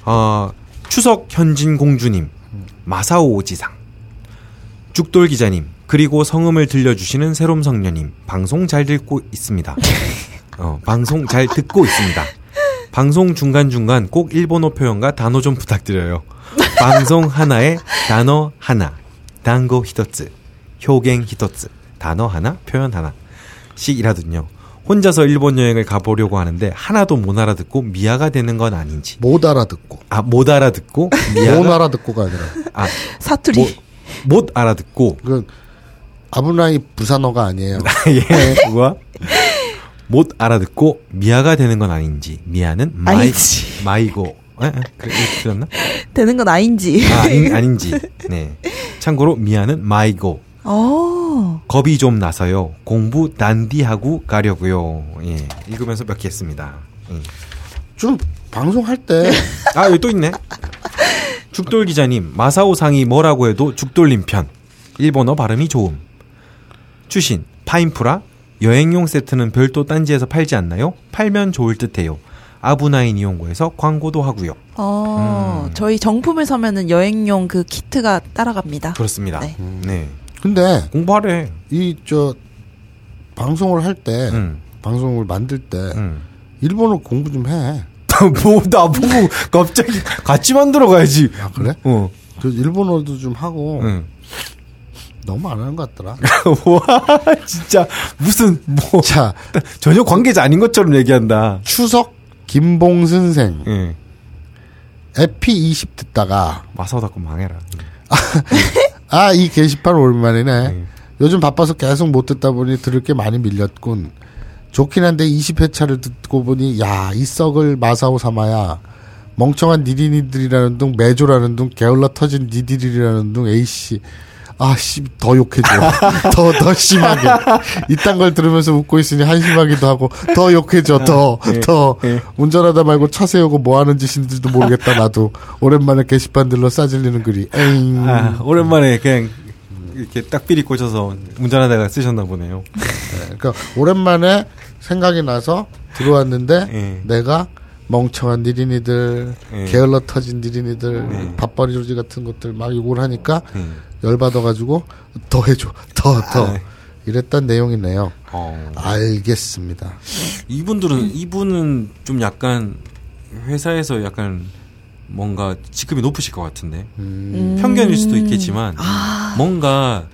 아 추석 현진 공주님, 마사오 오지상, 죽돌 기자님 그리고 성음을 들려주시는 새롬 성녀님 방송 잘 듣고 *laughs* 있습니다. 어, 방송 잘 듣고 있습니다. 방송 중간 중간 꼭 일본어 표현과 단어 좀 부탁드려요. 방송 하나에 단어 하나, 단고 히토츠, 효갱 히토츠, 단어 하나, 표현 하나. 식이라든요. 혼자서 일본 여행을 가보려고 하는데 하나도 못 알아듣고 미아가 되는 건 아닌지. 못 알아듣고. 아, 못 알아듣고 못 미아가 알아듣고가 아니라. 아, 사투리. 뭐, 못 알아듣고 그 아브나이 부산어가 아니에요. *laughs* 예, 그거야. 못 알아듣고 미아가 되는 건 아닌지. 미아는 마이 아니지. 마이고. 에? 에? 그래 이렇게 들었나? *laughs* 되는 건 아닌지. 아, 아닌, 아닌지. 네. 참고로 미아는 마이고. *laughs* 어. 겁이 좀 나서요. 공부 난디하고 가려고요. 예. 읽으면서 몇 개 했습니다. 예. 좀 방송할 때 아 여기 또 있네. 죽돌 기자님 마사오 상이 뭐라고 해도 죽돌림 편. 일본어 발음이 좋음. 추신 파인프라 여행용 세트는 별도 딴지에서 팔지 않나요? 팔면 좋을 듯해요. 아부나인 이용고에서 광고도 하고요. 어, 음. 저희 정품을 사면은 여행용 그 키트가 따라갑니다. 그렇습니다. 네. 네. 근데 공부하래. *laughs* 이 저 방송을 할 때 응. 방송을 만들 때 응. 일본어 공부 좀 해. 뭐 나보고 갑자기 같이 만들어 가야지. 아 그래? 어. 그 일본어도 좀 하고 응. 너무 안 하는 것 같더라. *laughs* 와 진짜 무슨 뭐 자 전혀 관계자 아닌 것처럼 얘기한다. 추석 김봉 선생 예. 에피 20 듣다가 마사오 닦고 망해라. 아 이 게시판 오랜만이네. 요즘 바빠서 계속 못 듣다 보니 들을 게 많이 밀렸군. 좋긴 한데 20회차를 듣고 보니 야 이 썩을 마사오 삼아야 멍청한 니디니들이라는 둥 매조라는 둥 게을러 터진 니디들이라는 둥 A씨 아씨 더 욕해줘 더 더 심하게 이딴 걸 들으면서 웃고 있으니 한심하기도 하고 더 욕해줘 더 더 운전하다 말고 차 세우고 뭐 하는 짓인지도 모르겠다 나도 오랜만에 게시판 들러 싸질리는 글이 에잉 아, 오랜만에 그냥 이렇게 딱 삐리 꽂혀서 운전하다가 쓰셨나 보네요. 네, 그러니까 오랜만에 생각이 나서 들어왔는데 예. 내가 멍청한 니린이들 예. 게을러 터진 니린이들 밥벌이 조지 같은 것들 막 욕을 하니까 예. 열받아가지고 더 해줘 더 더 아, 네. 이랬단 내용이네요 어. 알겠습니다 *laughs* 이분들은 이분은 좀 약간 회사에서 약간 뭔가 직급이 높으실 것 같은데 음. 편견일 수도 있겠지만 뭔가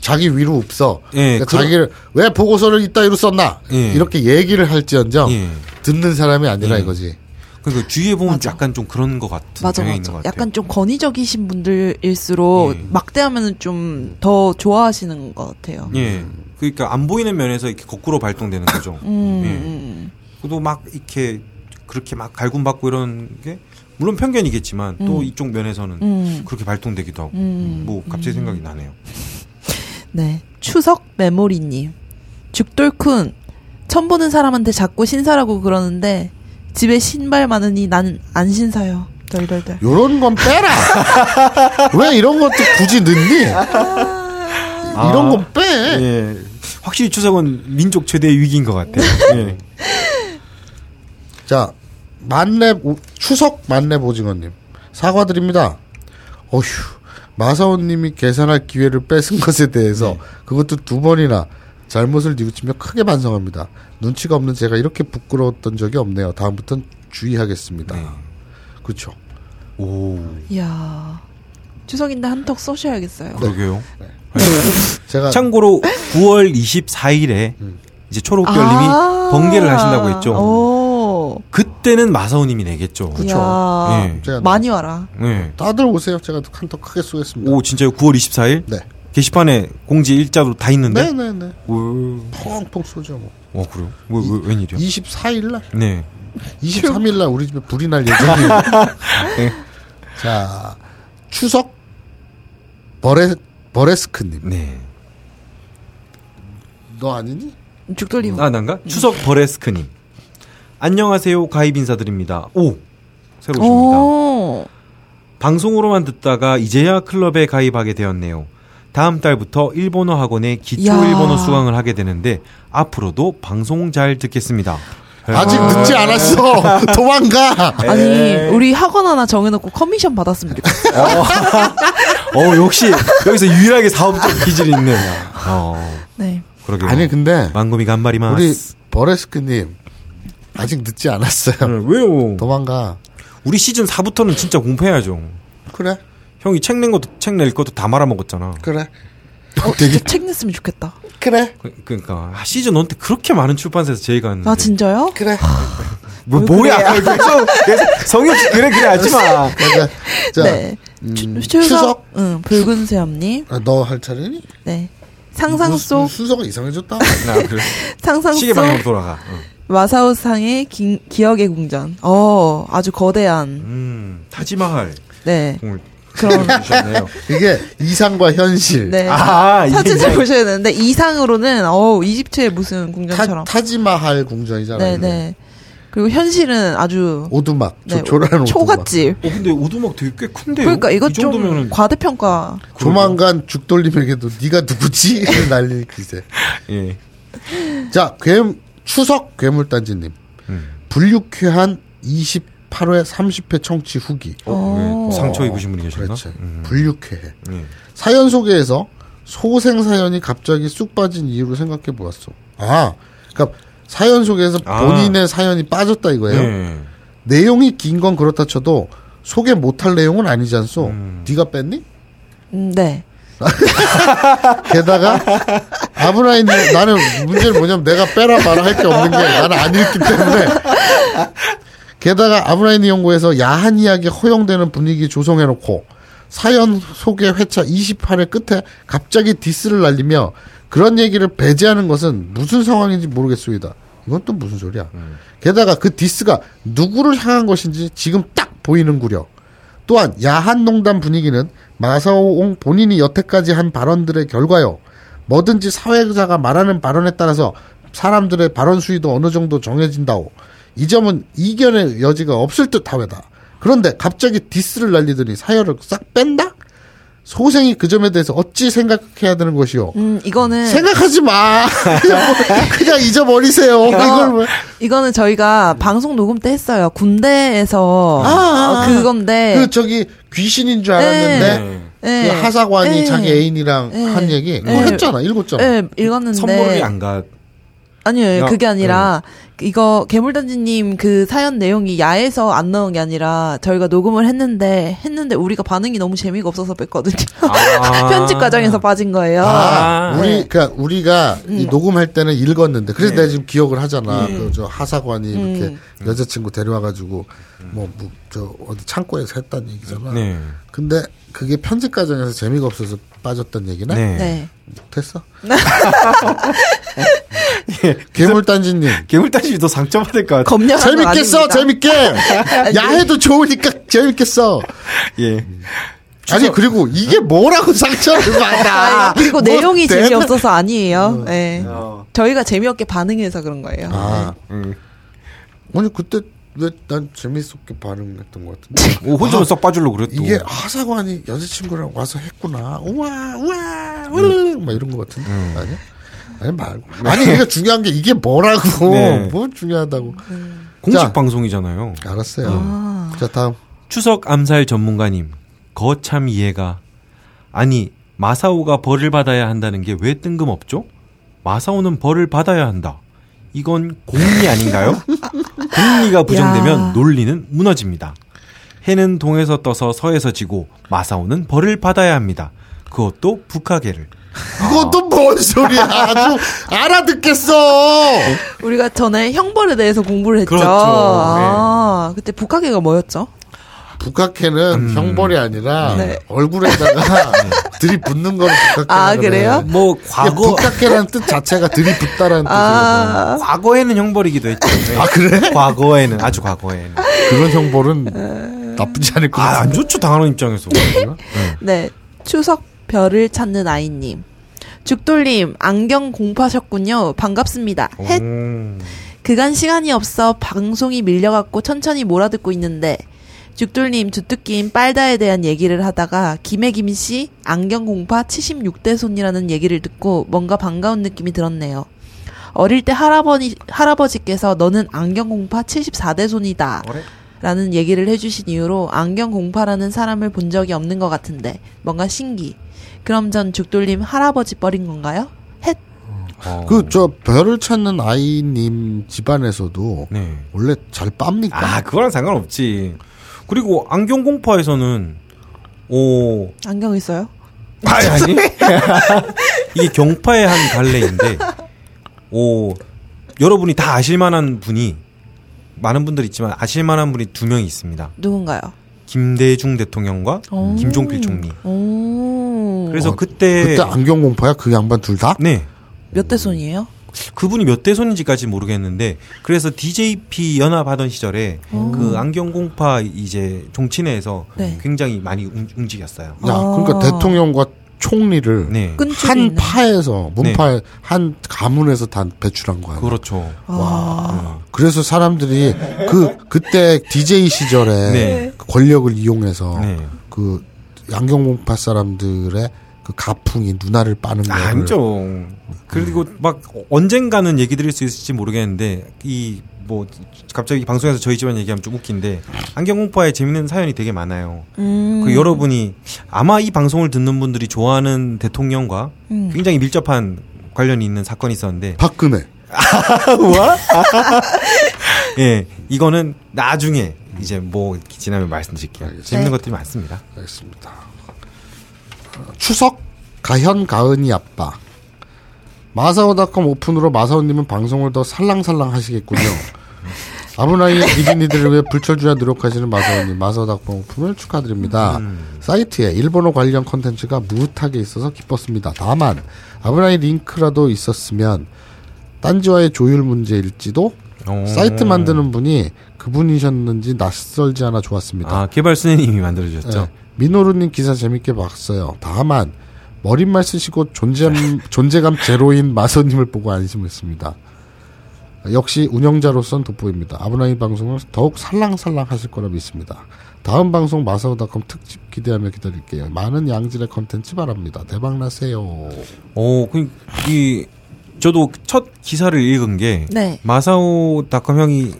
자기 위로 없어 예, 그러니까 그런- 자기를 왜 보고서를 이따위로 썼나 예. 이렇게 얘기를 할지언정 예. 듣는 사람이 아니라 이거지 그러니까 주위에 보면 약간 좀 그런 것 같은 맞아 경향이 맞아. 있는 것 같아요. 약간 좀 권위적이신 분들일수록 예. 막대하면은 좀 더 좋아하시는 것 같아요. 예. 그러니까 안 보이는 면에서 이렇게 거꾸로 발동되는 거죠. 예. 그래도 막 이렇게 그렇게 막 갈굼받고 이런 게 물론 편견이겠지만 또 이쪽 면에서는 그렇게 발동되기도 하고 뭐 갑자기 생각이 나네요. 네. 추석 메모리님. 죽돌쿤. 처음 보는 사람한테 자꾸 신사라고 그러는데 집에 신발 많으니 난 안 신사요. 덜덜덜. 요런 건 빼라 왜 이런 것도 굳이 넣니 이런 건빼 예. 확실히 추석은 민족 최대의 위기인 것 같아요. 예. 자, 만렙 오- 추석 만렙 오징어님 사과드립니다. 어휴 마사오님이 계산할 기회를 뺏은 것에 대해서 네. 그것도 두 번이나 잘못을 뉘우치며 크게 반성합니다. 눈치가 없는 제가 이렇게 부끄러웠던 적이 없네요. 다음부터는 주의하겠습니다. 네. 그렇죠. 오. 네. 이야. 추석인데 한턱 쏘셔야겠어요. 그러게요. 제가 참고로 9월 24일에 이제 초록별님이 아. 번개를 하신다고 했죠. 오. 그때는 마사오님이 내겠죠. 이야. 예. 제가 많이 와라. 예. 다들 오세요. 제가 한턱 크게 쏘겠습니다. 오 진짜요? 9월 24일? 네. 게시판에 공지 일자로 다 있는데? 네네네. 오, 펑펑 쏘죠 뭐. 어 그래요? 왜, 왜 웬일이야? 24일 날 네. 23일 날 우리 집에 불이 날 *laughs* 예정이에요. 네. 자, 추석 버레 버레스크 님. 네. 너 아니니? 네. 죽돌님. 아 난가? 음. 추석 버레스크님. 안녕하세요 가입 인사드립니다. 오 새로 오십니다. 오. 방송으로만 듣다가 이제야 클럽에 가입하게 되었네요. 다음 달부터 일본어 학원에 기초 야. 일본어 수강을 하게 되는데 앞으로도 방송 잘 듣겠습니다. 아직 늦지 *laughs* 않았어. 도망가. 네. 아니, 우리 학원 하나 정해놓고 커미션 받았으면 좋겠어. 어 역시 여기서 유일하게 사업적 기질이 있네. 어 네. 그러게. 아니 근데 망고미 아. 간발이만. 우리 버레스크 님 아직 늦지 않았어요. 네, 음. 왜요? 도망가. 음. 우리 시즌 4부터는 진짜 공부해야죠. 그래. 형이 책 낸 것도 책 낼 것도 다 말아먹었잖아. 그래. *laughs* 어, 진짜 책 냈으면 좋겠다. 그래. 그, 러니까 시즌 1 때 그렇게 많은 출판사에서 제의가 왔는데. 아, 진짜요? 그래. 뭐, 뭐야? *laughs* 계속, 계속 성역 그래 그래 하지 *laughs* 마. 맞아. 그러니까 자, 네. 음. 추, 추석, 추석? 응, 붉은 수염님. 아, 너 할 차례니? 네. 상상 무슨- 속, 네. *laughs* 순서가 이상해졌다. 아, 그래. 상상 시계 속, 방향으로 돌아가. 어. 마사오상의 기, 기억의 궁전. 어, 아주 거대한, 음, 타지마할. 네. 공을 그런, 주셨네요. 이게 이상과 현실. 네. 아, 사진을 이게 보셔야 되는데, 이상으로는, 어우, 이집트의 무슨 궁전처럼. 타, 타지마할 궁전이잖아. 네, 이거. 네. 그리고 현실은 아주, 오두막. 네, 조, 조란 오두막. 초가집. 어, 근데 오두막 되게 꽤 큰데요. 그러니까 이거 이 좀 정도면은 과대평가. 조만간 죽돌림에게도 네가 누구지? *laughs* 날릴 기세. 예. 자, 괴- 추석 괴물단지님. 음. 불유쾌한 28회 30회 청취 후기. 어, 왜 상처 입으신 분이 계셨나? 그렇지. 음, 불유쾌해. 예. 사연 소개에서 소생 사연이 갑자기 쑥 빠진 이유를 생각해 보았어. 아, 그러니까 사연 소개에서 아. 본인의 사연이 빠졌다 이거예요. 예. 내용이 긴 건 그렇다 쳐도 소개 못할 내용은 아니지 않소? 네가 뺐니? 음, 네. 게다가 아브라인 나는 문제는 뭐냐면 내가 빼라 말아 할 게 없는 게 나는 안 읽기 때문에 게다가 아브라인 연구에서 야한 이야기 허용되는 분위기 조성해놓고 사연 소개 회차 28회 끝에 갑자기 디스를 날리며 그런 얘기를 배제하는 것은 무슨 상황인지 모르겠습니다. 이건 또 무슨 소리야? 게다가 그 디스가 누구를 향한 것인지 지금 딱 보이는구려. 또한 야한 농담 분위기는 마사오옹 본인이 여태까지 한 발언들의 결과요. 뭐든지 사회자가 말하는 발언에 따라서 사람들의 발언 수위도 어느 정도 정해진다오. 이 점은 이견의 여지가 없을 듯 하외다. 그런데 갑자기 디스를 날리더니 사열을 싹 뺀다? 소생이 그 점에 대해서 어찌 생각해야 되는 것이오? 음, 이거는 생각하지 마. *laughs* 그냥, 뭐 그냥 잊어버리세요. 이걸 뭐. 이거는 저희가 방송 녹음 때 했어요. 군대에서 아, 아, 아. 어, 그건데 그 저기 귀신인 줄 알았는데 예. 그 하사관이 예. 자기 애인이랑 예. 한 얘기 그거 예. 했잖아 읽었잖아. 예, 읽었는데 선물이 안 가. 아니요, 야, 그게 아니라 네. 이거 개물단지님 그 사연 내용이 야에서 안 나온 게 아니라 저희가 녹음을 했는데 했는데 우리가 반응이 너무 재미가 없어서 뺐거든요. 아. *laughs* 편집 과정에서 빠진 거예요. 아, 아. 우리 그러니까 우리가 이 녹음할 때는 읽었는데 그래서 내가 지금 기억을 하잖아. 그 저 하사관이 이렇게 여자친구 데려와가지고 뭐 저 어디 창고에서 했다는 얘기잖아. 네. 근데 그게 편집 과정에서 재미가 없어서 빠졌던 얘기나 네. 네. 됐어. *laughs* 예, 괴물단지님 괴물단심이 더 상처받을 것 같아. *laughs* 검열 재밌겠어 *laughs* 재밌게 아니. 야해도 좋으니까 재밌겠어. 예. 아니 그리고 이게 뭐라고 *laughs* 상처를 받아. 그리고 뭐 내용이 대단- 음. 재미없어서 아니에요. 예. 저희가 재미없게 반응해서 그런 거예요. 아, 음. 아니 그때 왜 난 재밌었게 반응했던 것 같은데 오, 뭐 혼자만 썩 빠지려고 그랬 또. 이게 하사관이 여자친구랑 와서 했구나. 우와 우와 우르르 막 이런 것 같은데 아니야? 네. 음. 아니 말고 *laughs* 아니 이게 중요한 게 이게 뭐라고 네. 뭐 중요하다고 음. 공식 자. 방송이잖아요. 알았어요. 자 다음 추석 암살 전문가님 거참 이해가 아니 마사오가 벌을 받아야 한다는 게 왜 뜬금없죠? 마사오는 벌을 받아야 한다. 이건 공리 *laughs* 아닌가요? 공리가 부정되면 야. 논리는 무너집니다. 해는 동에서 떠서 서에서 지고 마사오는 벌을 받아야 합니다. 그것도 북하계를. 이것도 뭔 소리야? 아주 알아듣겠어. 우리가 전에 형벌에 대해서 공부를 했죠. 그렇죠. 아, 그때 북학회가 뭐였죠? 북학회는 음. 형벌이 아니라 네. *laughs* 얼굴에다가 들이붓는 걸 북학회. 아, 그래요? 네. 뭐 과거 북학회라는 뜻 자체가 들이붓다라는 아, 과거에는 형벌이기도 했죠. 아 그래? 과거에는 아주 과거에는. 뜻이거든요. 그런 형벌은 나쁘지 않을 것 아 안 같아요. 좋죠 당하는 입장에서. 네. 추석 별을 찾는 아이님. 죽돌님, 안경 공파셨군요. 반갑습니다. 헷! 음. 그간 시간이 없어 방송이 밀려갖고 천천히 몰아듣고 있는데, 죽돌님 주특기인 빨다에 대한 얘기를 하다가 김해김 씨 안경 공파 76대 손이라는 얘기를 듣고 뭔가 반가운 느낌이 들었네요. 어릴 때 할아버지, 할아버지께서 너는 안경 공파 74대 손이다. 라는 얘기를 해주신 이후로 안경 공파라는 사람을 본 적이 없는 것 같은데 뭔가 신기. 그럼 전 죽돌님 할아버지 뻘인 건가요? 헷. 어. 그 저 별을 찾는 아이님 집안에서도 네. 원래 잘 빱니까? 아, 그거랑 상관없지. 그리고 안경 공파에서는 오 안경 있어요? 아니 아니 *laughs* 이게 경파의 한 갈래인데 오 여러분이 다 아실만한 분이 많은 분들 있지만 아실만한 분이 두 명이 있습니다. 누군가요? 김대중 대통령과 오. 김종필 총리. 오. 그래서 어, 그때 그때 안경 공파야 그 양반 둘 다? 네 몇대 손이에요? 그분이 몇 대손인지까지 모르겠는데 그래서 DJP 연합하던 시절에 그 안경 공파 이제 종친회에서 네. 굉장히 많이 움- 움직였어요. 야 아. 그러니까 대통령과 총리를 네. 끈질이 한 있는. 파에서 문파 의한 가문에서 다 배출한 거야. 그렇죠. 아. 그래서 사람들이 그 그때 DJ *laughs* 시절에 네. 그 권력을 이용해서 네. 그 양경공파 사람들의 그 가풍이 누나를 빠는 거를 아니죠. 네. 그리고 막 언젠가는 얘기 드릴 수 있을지 모르겠는데 이 뭐 갑자기 방송에서 저희 집안 얘기하면 좀 웃긴데 안경공파에 재밌는 사연이 되게 많아요. 음. 그 여러분이 아마 이 방송을 듣는 분들이 좋아하는 대통령과 음. 굉장히 밀접한 관련이 있는 사건이 있었는데 박근혜 예 이거는 나중에 이제 뭐 지나면 말씀드릴게요. 재밌는 네. 것들이 많습니다. 알겠습니다. 어, 추석 가현 가은이 아빠 마사오닷컴 오픈으로 마사오님은 방송을 더 살랑살랑 하시겠군요. 아브나이 이빈이들을 위해 불철주야 노력하시는 마사오님 마사오닷컴 오픈을 축하드립니다. 사이트에 일본어 관련 컨텐츠가 무흡하게 있어서 기뻤습니다. 다만 아브나이 링크라도 있었으면 딴지와의 조율 문제일지도 오. 사이트 만드는 분이 그 그분이셨는지 낯설지 않아 좋았습니다. 아, 개발 스님이 만들어주셨죠. 네. 민호루님 기사 재밌게 봤어요. 다만 머릿말 쓰시고 *laughs* 존재감, 존재감 제로인 마서님을 보고 안심했습니다. 역시 운영자로선 돋보입니다. 아브나이 방송을 더욱 살랑살랑 하실 거라 믿습니다. 다음 방송 마사오닷컴 특집 기대하며 기다릴게요. 많은 양질의 컨텐츠 바랍니다. 대박나세요. 오, 그, 이, 저도 첫 기사를 읽은 게, 네. 마사오 닷컴 형이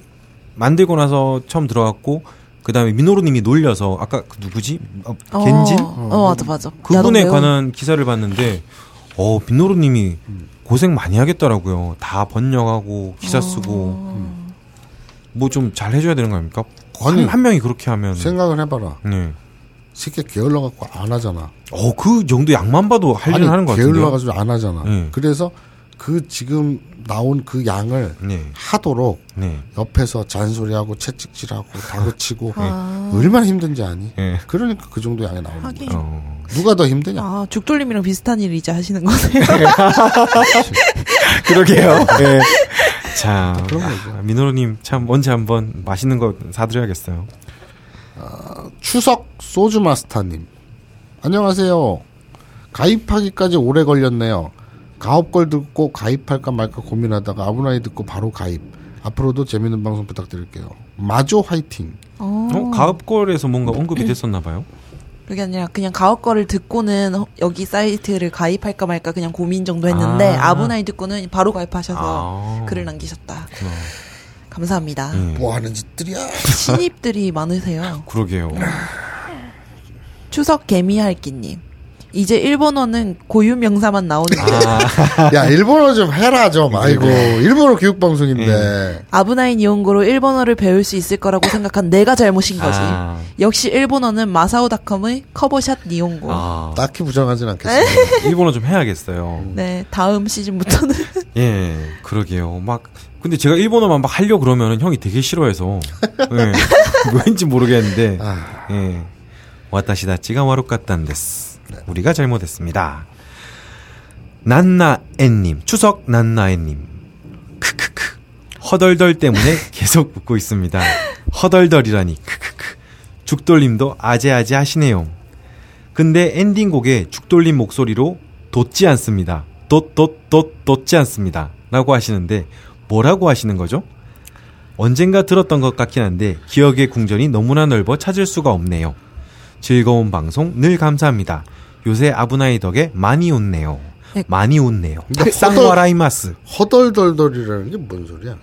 만들고 나서 처음 들어갔고, 그 다음에 민호루님이 놀려서, 아까 그 누구지? 어, 어, 겐진? 어, 맞아 맞아. 그분에 야동배우. 관한 기사를 봤는데, 어, 민호루님이 고생 많이 하겠더라고요. 다 번역하고, 기사 쓰고, 뭐 좀 잘 해줘야 되는 거 아닙니까? 아니, 한, 한 명이 그렇게 하면. 생각을 해봐라. 네. 쉽게 게을러갖고 안 하잖아. 어, 그 정도 양만 봐도 할 일은 하는 것 같은데. 게을러가지고 안 하잖아. 네. 그래서 그 지금 나온 그 양을 네. 하도록 네. 옆에서 잔소리하고 채찍질하고 다그치고 얼마나 힘든지 아니. 예. 그러니까 그 정도 양이 나오는 거야. 하긴 *laughs* 어. 누가 더 힘드냐? 아 죽돌님이랑 비슷한 일 이제 하시는 거네요. *laughs* 그러게요. 예. 자, 네. 그런 거죠. 아, 민호로님 참 언제 한번 맛있는 거 사드려야겠어요. 추석 소주 마스타님. 안녕하세요. 가입하기까지 오래 걸렸네요. 가업걸 듣고 가입할까 말까 고민하다가 아브나이 듣고 바로 가입. 앞으로도 재밌는 방송 부탁드릴게요. 마조 화이팅. 어, 가업골에서 뭔가 언급이 됐었나 봐요. 그게 아니라 그냥 가업 거를 듣고는 허- 여기 사이트를 가입할까 말까 그냥 고민 정도 했는데 아. 아. 브나이 듣고는 바로 가입하셔서 아. 음. 글을 남기셨다. 감사합니다. 뭐 하는 짓들이야? 신입들이 많으세요. 그러게요. 네. 추석 개미핥기님. 이제 일본어는 고유 명사만 아. 나오는데 야 일본어 좀 해라 좀. 아이고 일본어 교육 방송인데 아브나인 이용고로 일본어를 배울 수 있을 거라고 생각한 내가 잘못인 거지. 아. 역시 일본어는 마사오닷컴의 커버샷 니용고. 아, 딱히 부정하진 않겠습니다. 일본어 좀 해야겠어요. 네, 다음 시즌부터는 *laughs* 예, 그러게요. 막, 근데 제가 일본어만 막 하려고 그러면 형이 되게 싫어해서. 예. *laughs* 왠지 모르겠는데. 예. 와타시다 찌가 와루카탄데스. 우리가 잘못했습니다. 난나엔님, 추석 난나엔님. 크크크. 허덜덜 때문에 *laughs* 계속 웃고 있습니다. 허덜덜이라니. 크크크. 죽돌님도 아재아재 하시네요. 근데 엔딩곡에 죽돌림 목소리로 돋지 않습니다. 돋돋돋 돋지 않습니다. 라고 하시는데 뭐라고 하시는 거죠? 언젠가 들었던 것 같긴 한데 기억의 궁전이 너무나 넓어 찾을 수가 없네요. 즐거운 방송 늘 감사합니다. 요새 아브나이 덕에 많이 웃네요. 네. 많이 웃네요. 근데 탁상와라이마스. 허덜덜덜이라는 게 뭔 소리야?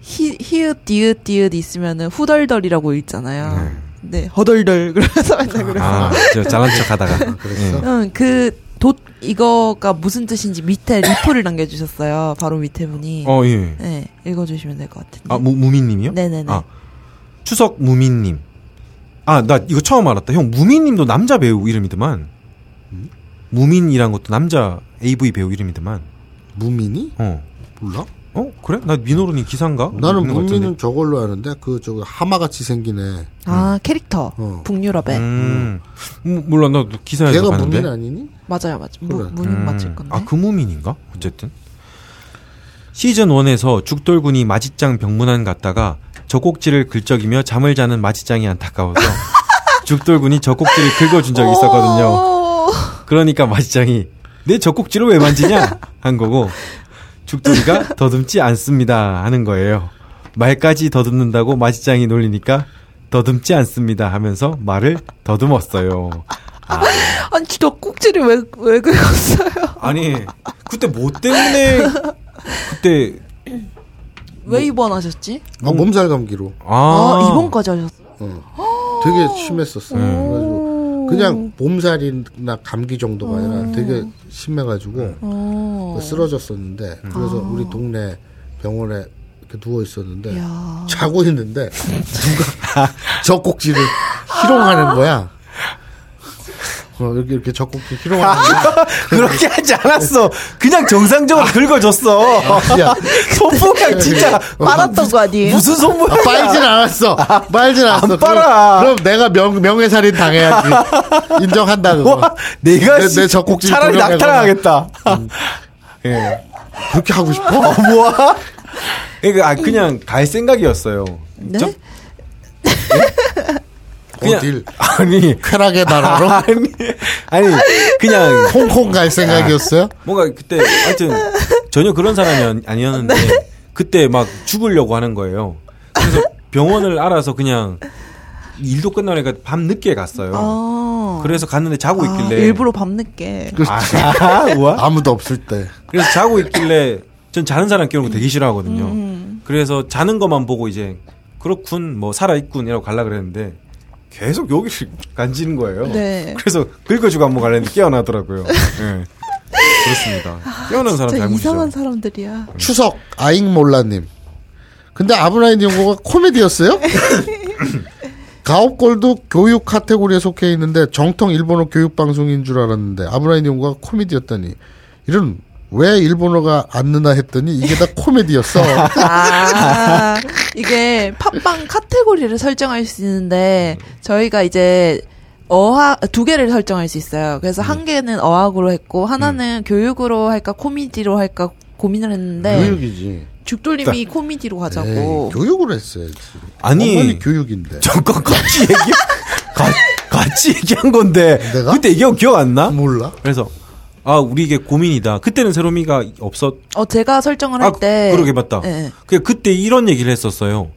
히, 히읗, 디읒, 디읒 있으면은 후덜덜이라고 읽잖아요. 네, 허덜덜. 그러면서 맨날 그래서. 아, *laughs* 저 잘난 척 하다가. 아, 예. 그랬어? 응, 그, 돛, 이거가 무슨 뜻인지 밑에 리플을 남겨주셨어요. 바로 밑에 분이. 어, 예. 네, 읽어주시면 될 것 같은데. 아, 무, 무민님이요? 네네네. 아, 추석 무민님. 아, 나 이거 처음 알았다. 형, 무민님도 남자 배우 이름이더만. 무민이란 것도 남자 AV 배우 이름이더만. 무민이? 어. 몰라? 어? 그래? 나 민호론이 기사인가? 나는 있는 것 같은데. 네, 무민은 저걸로 아는데 그 저거 하마같이 생긴 애. 아, 캐릭터. 어. 북유럽에. 음. 음, 몰라, 나 기사에서 걔가 봤는데. 무민 아니니? 맞아요, 맞아요. 무, 그래. 문인 맞을 건데. 아, 그 무민인가? 어쨌든. 시즌 1에서 죽돌군이 마지짱 병문안 갔다가 젖꼭지를 긁적이며 잠을 자는 마지짱이 *laughs* 안타까워서 죽돌군이 젖꼭지를 긁어준 적이 있었거든요. 오. 그러니까 마시장이 내 젖꼭지를 왜 만지냐 한 거고 *laughs* 죽돌이가 더듬지 않습니다 하는 거예요. 말까지 더듬는다고 마시장이 놀리니까 더듬지 않습니다 하면서 말을 더듬었어요. 아니, 진짜 꼭지를 왜, 왜 긁었어요? 아니 그때 뭐 때문에 그때 *laughs* 왜 입원하셨지? 아, 몸살 감기로. 아, 아, 입원까지 하셨어. 어. 되게 심했었어. 요 음. 그래가지고 그냥 몸살이나 감기 정도가 아니라 되게 심해가지고 음. 어. 쓰러졌었는데 아. 그래서 우리 동네 병원에 이렇게 누워 있었는데 야. 자고 있는데 누가 *laughs* 젖꼭지를 희롱하는 거야. 어, 이렇게 이렇게 젖꼭지 *laughs* 희롱하는 거야. *laughs* 그렇게 하지 않았어. 그냥 정상적으로 긁어줬어. *laughs* 야, 소포가 진짜 빨았던 거 아니에요? 무슨 아, 손모양? 빨진 않았어. 빨진 않았어. 그럼- 빨아. 그럼, 내가 명, 명예살인 당해야지. 인정한다, 그거. 와, 내가 내- 음. 내 씨, 젖꼭지 차라리 돌려내거나. 낙타하겠다. *laughs* 예. 그렇게 하고 싶어? 뭐야? 그러니까 아, 그냥 갈 생각이었어요. 네? 점? 그냥- 어딜 *laughs* 아니 쾌락의 *laughs* 나라로 아니 아니 그냥 홍콩 갈 생각이었어요? 뭔가 그때 하여튼 전혀 그런 사람이 아니- 아니었는데 네. 그때 막 죽으려고 하는 거예요. 그래서 병원을 알아서 그냥 일도 끝나니까 밤 늦게 갔어요. 아. 그래서 갔는데 자고 아, 있길래 일부러 밤늦게. 아, *laughs* 우와. 아무도 없을 때 그래서 자고 있길래 전 자는 사람 깨우는 거 되게 싫어하거든요. 음. 그래서 자는 것만 보고 이제 그렇군 뭐 살아 있군이라고 갈라 그랬는데 계속 여기를 간지는 거예요. 네. 그래서 긁어주고 한번 가려는데 *laughs* 깨어나더라고요. 예. 그렇습니다. 깨어난 사람 진짜 잘못이죠. 이상한 사람들이야. 추석 아잉 몰라님. 근데 아브라인 연고가 코미디였어요? *laughs* 가옥골도 교육 카테고리에 속해 있는데 정통 일본어 교육 방송인 줄 알았는데 아브라인 연고가 코미디였다니 이런 왜 일본어가 안 느나 했더니 이게 다 *laughs* 코미디였어. 아, *laughs* 이게 팟빵 카테고리를 설정할 수 있는데 저희가 이제 어학 두 개를 설정할 수 있어요. 그래서 음. 한 개는 어학으로 했고 하나는 교육으로 할까 코미디로 할까 고민을 그 했는데 교육이지. 죽돌림이 코미디로 에이, 하자고. 교육을 했어야지. 아니. 어머니 *laughs* 교육인데. 잠깐 같이 얘기 가, 같이 얘기한 건데 내가? 뭐. 그때 얘기하고 기억 안 나? 몰라. 그래서 아 우리 이게 고민이다. 그때는 새로미가 없었. 어 제가 설정을 아 할 때 그러게 맞다. 네. 그 그때 이런 얘기를 했었어요.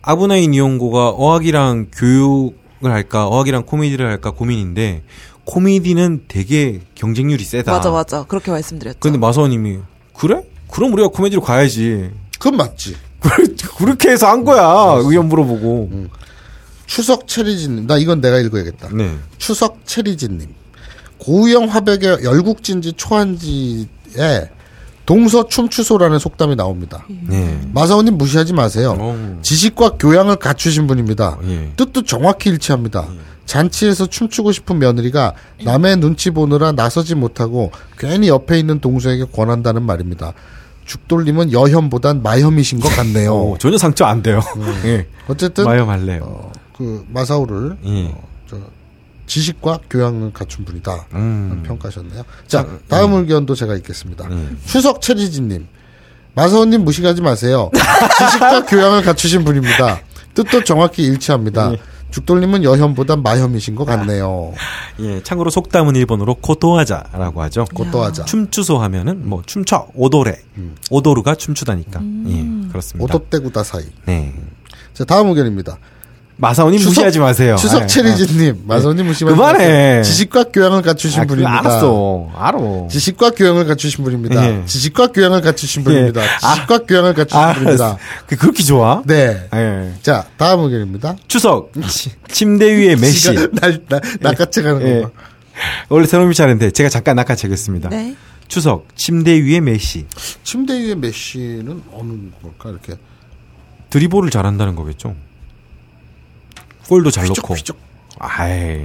아브나인 이용고가 어학이랑 교육을 할까 어학이랑 코미디를 할까 고민인데 코미디는 되게 경쟁률이 세다. 맞아 맞아 그렇게 말씀드렸죠. 근데 마서원님이 그래? 그럼 우리가 코미디로 가야지. *laughs* 그건 맞지. 그렇게 해서 한 음, 거야. 의견 물어보고. 추석 체리진. 나 이건 내가 읽어야겠다. 네. 추석 체리진님. 고우영 화백의 열국진지 초한지에 동서 춤추소라는 속담이 나옵니다. 네. 마사오님 무시하지 마세요. 어우. 지식과 교양을 갖추신 분입니다. 예. 뜻도 정확히 일치합니다. 잔치에서 춤추고 싶은 며느리가 남의 눈치 보느라 나서지 못하고 괜히 옆에 있는 동서에게 권한다는 말입니다. 죽돌님은 여혐보단 마혐이신 것 같네요. 오, 어, 전혀 상처 안 돼요. *laughs* 예. 어쨌든 마염할래요. 음. 어, 그 마사오를 예. 어, 저 지식과 교양을 갖춘 분이다 음. 평가하셨네요. 자 다음 의견도 제가 읽겠습니다. 추석 체리지님 마사오님 무시하지 *laughs* 마세요. 지식과 교양을 갖추신 분입니다. 뜻도 정확히 네. 일치합니다. 죽돌님은 여혐보다 마혐이신 아, 것 같네요. 예, 참고로 속담은 일본어로 코토하자라고 하죠. 그것도 하자. 음. 춤추소 하면은 뭐 춤춰 오도레 오도르가 춤추다니까. 예, 그렇습니다. 오톱대구다 사이. 네. 자 다음 의견입니다. 마사오님 추석- 무시하지 마세요. 추석 예, 체리지님 마사오님 무시하지 그만해. 마세요. 지식과 교양을 갖추신 아, 그거 분입니다. 알았어. 알아. 지식과 교양을 갖추신 분입니다. 예. 지식과 교양을 갖추신 분입니다. 예. 지식과 교양을 갖추신 분입니다. 알았어. 그 그렇게 좋아? 아, 네. 예. 자, 다음 의견입니다. 추석 치- 침대 위에 메시. *laughs* 지가 날, 나, 낚아채 가는 예. 거. 원래 새로운 차례인데 제가 잠깐 낚아채겠습니다. 네. 추석 침대 위에 메시. 침대 위에 메시는 어느 걸까, 이렇게. 드리볼을 잘한다는 거겠죠. 골도 잘 넣고. 휘적. 아이.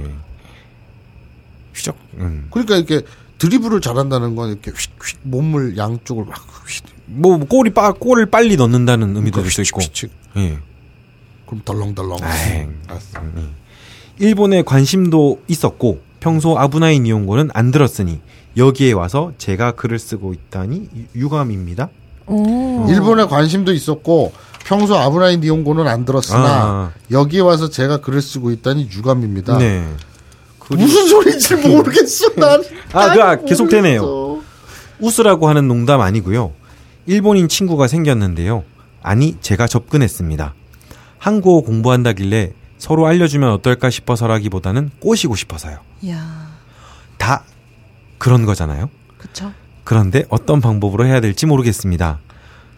휘적. 음. 그러니까 이렇게 드리블을 잘한다는 건 이렇게 휙, 휙, 몸을 양쪽을 막 휙, 뭐 골이 빠 골을 빨리 넣는다는 의미도 휙, 있을 휙, 있고. 휙, 휙. 예. 그럼 덜렁덜렁. 아이. 알았어. 일본에 관심도 있었고 평소 아브나인 이용고는 안 들었으니 여기에 와서 제가 글을 쓰고 있다니 유- 유감입니다. 오. 일본에 관심도 있었고, 평소 아브라인 니온고는 안 들었으나, 아. 여기에 와서 제가 글을 쓰고 있다니 유감입니다. 네. 그리고 무슨 소리인지 *laughs* 모르겠어, 난. 아, 그, 아, 계속 되네요. 모르겠어. 웃으라고 하는 농담 아니고요. 일본인 친구가 생겼는데요. 아니 제가 접근했습니다. 한국어 공부한다길래 서로 알려주면 어떨까 싶어서라기보다는 꼬시고 싶어서요. 이야, 다 그런 거잖아요. 그쵸. 그런데 어떤 방법으로 해야 될지 모르겠습니다.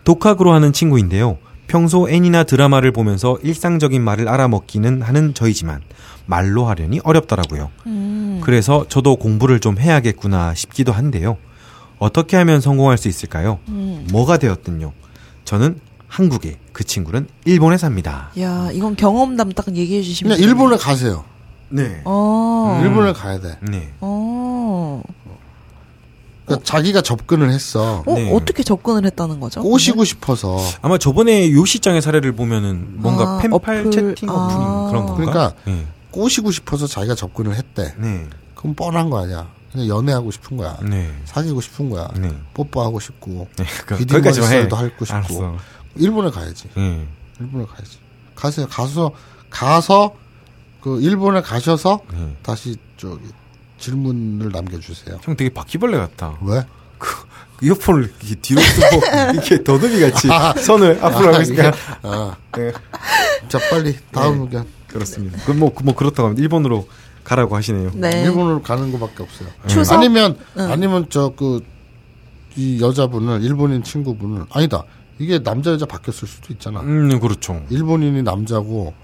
독학으로 하는 친구인데요. 평소 애니나 드라마를 보면서 일상적인 말을 알아먹기는 하는 저이지만 말로 하려니 어렵더라고요. 음. 그래서 저도 공부를 좀 해야겠구나 싶기도 한데요. 어떻게 하면 성공할 수 있을까요? 음. 뭐가 되었든요. 저는 한국에 그 친구는 일본에 삽니다. 이야, 이건 경험담 딱 얘기해 주시면. 그냥 일본에 가세요. 네. 어. 일본에 가야 돼. 네. 어. 그러니까 자기가 접근을 했어. 어, 네. 어떻게 접근을 했다는 거죠? 꼬시고 싶어서. 아마 저번에 요 시장의 사례를 보면은 뭔가 아, 팬팔 어플, 채팅 어플 아. 그런 건가? 그러니까 네. 꼬시고 싶어서 자기가 접근을 했대. 네. 그럼 뻔한 거 아니야. 그냥 연애하고 싶은 거야. 네. 사귀고 싶은 거야. 네. 뽀뽀하고 싶고. 네, 그- 비디오 거기까지만 해. 머리살도 하고 싶고. 알았어. 일본에 가야지. 예. 일본에 가야지. 가세요. 가서 가서 그 일본에 가셔서 네. 다시 저기 질문을 남겨주세요. 형 되게 바퀴벌레 같다. 왜? 이어폰을 이렇게 뒤로 쓰고 *laughs* 이렇게 더듬이 같이 아. 손을 앞으로 하고 있으니까 아, 네. 자 빨리 다음 의견. 그러니까. 그렇습니다. 그뭐 뭐 그렇다고 하면 일본으로 가라고 하시네요. 네. 음. 일본으로 가는 것밖에 없어요. 추석? 음. 아니면 아니면 저 그 이 여자분을 일본인 친구분을 아니다 이게 남자 여자 바뀌었을 수도 있잖아. 음 그렇죠. 일본인이 남자고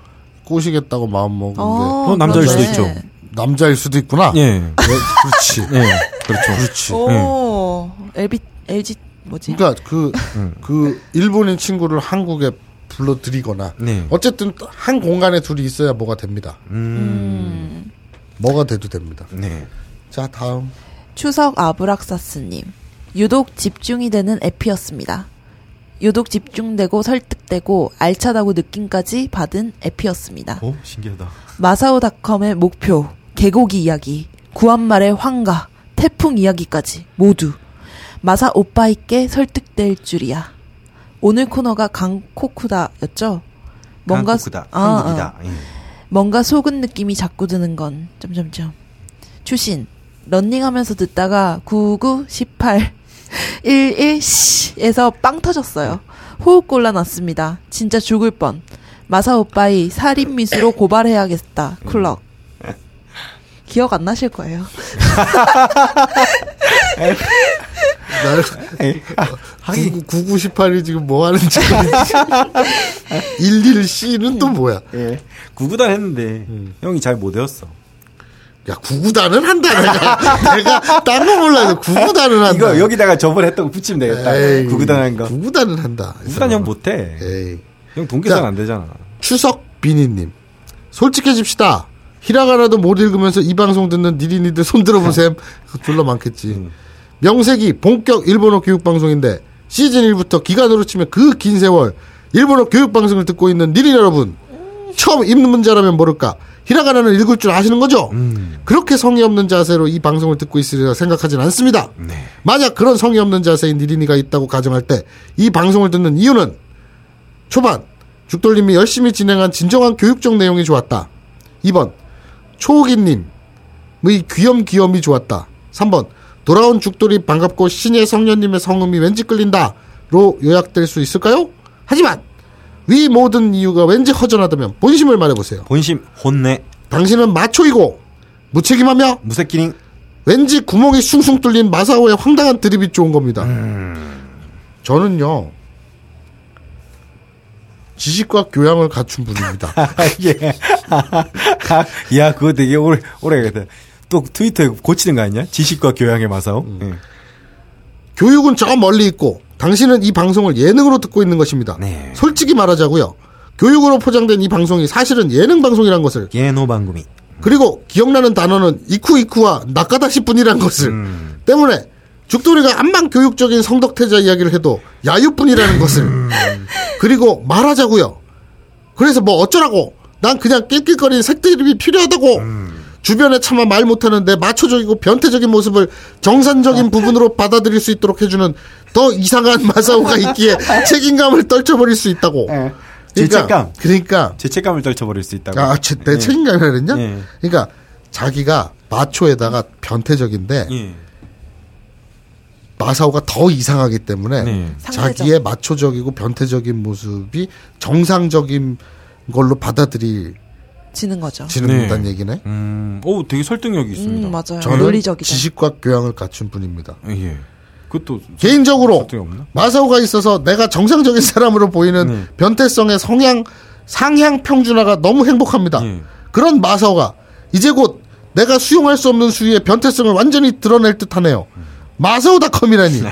꼬시겠다고 마음 먹은 게 그건 남자일 수도 어, 그러네. 있죠. 남자일 수도 있구나. 예. 네, 그렇지. 예. 그렇죠. 그렇지. 어. 오, 네. LB, LG 뭐지? 그러니까 그, 음. 그 일본인 친구를 한국에 불러들이거나 네. 음. 어쨌든 한 공간에 둘이 있어야 뭐가 됩니다. 음. 뭐가 돼도 됩니다. 네. 자 다음 추석 아브락사스님. 유독 집중이 되는 에피였습니다. 유독 집중되고 설득되고 알차다고 느낌까지 받은 에피였습니다. 오 어? 신기하다. 마사오닷컴의 목표, 개고기 이야기, 구한말의 황가, 태풍 이야기까지 모두 마사 오빠에게 설득될 줄이야. 오늘 코너가 강코쿠다였죠? 뭔가 수- 한국이다. 아, 한국이다. 아. 예. 뭔가 속은 느낌이 자꾸 드는 건 점점점. 추신 러닝하면서 듣다가 99 18 11 씨에서 빵 터졌어요. 호흡 곤란 났습니다. 진짜 죽을 뻔. 마사 오빠이 살인 미수로 고발해야겠다. 클럭. 기억 안 나실 거예요. 나 9998이 지금 뭐 하는지 *laughs* 11C는 또 뭐야? 예. 구구단 했는데 형이 잘 못 외웠어. 야 구구단은 한다 내가 내가 딴거 몰라도 구구단은 한다. 이거 여기다가 저번에 했던 거 붙이면 되겠다. 아, 네. 에이, 구구단 한 거. 구구단은 한다. 이 구구단 형 못해. 에이. 형 동계산 자. 안 되잖아. 추석 비니님 솔직해집시다. 히라가나도 못 읽으면서 이 방송 듣는 니린이들 손 들어보셈. 졸라 많겠지. 명색이 본격 일본어 교육 방송인데 시즌 1부터 기간으로 치면 그 긴 세월 일본어 교육 방송을 듣고 있는 니린 여러분 처음 입는 문자라면 모를까 히라가나는 읽을 줄 아시는 거죠? 그렇게 성의 없는 자세로 이 방송을 듣고 있으리라 생각하진 않습니다. 만약 그런 성의 없는 자세인 니린이가 있다고 가정할 때 이 방송을 듣는 이유는 초반 죽돌님이 열심히 진행한 진정한 교육적 내용이 좋았다. 2번 초호기님의 귀염귀염이 좋았다. 3번 돌아온 죽돌이 반갑고 신의 성녀님의 성음이 왠지 끌린다로 요약될 수 있을까요? 하지만 위 모든 이유가 왠지 허전하다면 본심을 말해보세요. 본심 혼내 당신은 마초이고 무책임하며 무쇠끼링 왠지 구멍이 숭숭 뚫린 마사오의 황당한 드립이 좋은 겁니다. 저는요 지식과 교양을 갖춘 분입니다. *laughs* 예. 아, 야 그거 되게 오래 오래겠다. 또 트위터에 고치는 거 아니야? 지식과 교양의 마사오. 음. 교육은 저 멀리 있고 당신은 이 방송을 예능으로 듣고 있는 것입니다. 네. 솔직히 말하자고요. 교육으로 포장된 이 방송이 사실은 예능 방송이란 것을 예. 예노방구미. 그리고 기억나는 단어는 이쿠이쿠와 나카다시뿐이란 것을 음. 때문에 죽돌이가 암만 교육적인 성덕태자 이야기를 해도 야유뿐이라는 것을 음. 그리고 말하자고요. 그래서 뭐 어쩌라고 난 그냥 낄낄거리는 색드립이 필요하다고 음. 주변에 차마 말 못하는 내 마초적이고 변태적인 모습을 정상적인 부분으로 받아들일 수 있도록 해주는 더 이상한 마사오가 있기에 책임감을 떨쳐버릴 수 있다고 죄책감. 그러니까 죄책감을 떨쳐버릴 수 있다고. 아, 제, 내 책임감이라 그랬냐? 예. 그러니까 자기가 마초에다가 변태적인데 예. 마사오가 더 이상하기 때문에 네. 상대적. 자기의 마초적이고 변태적인 모습이 정상적인 걸로 받아들이지는 지는 거죠. 네. 못한 얘기네. 음. 오 되게 설득력이 있습니다. 음, 맞아요. 저는 논리적이죠. 지식과 교양을 갖춘 분입니다. 예. 그것도 개인적으로 설득이 없나? 네. 마사오가 있어서 내가 정상적인 사람으로 보이는 변태성의 성향 상향 평준화가 너무 행복합니다. 예. 그런 마사오가 이제 곧 내가 수용할 수 없는 수위의 변태성을 완전히 드러낼 듯하네요. 마사오닷컴이라니 네.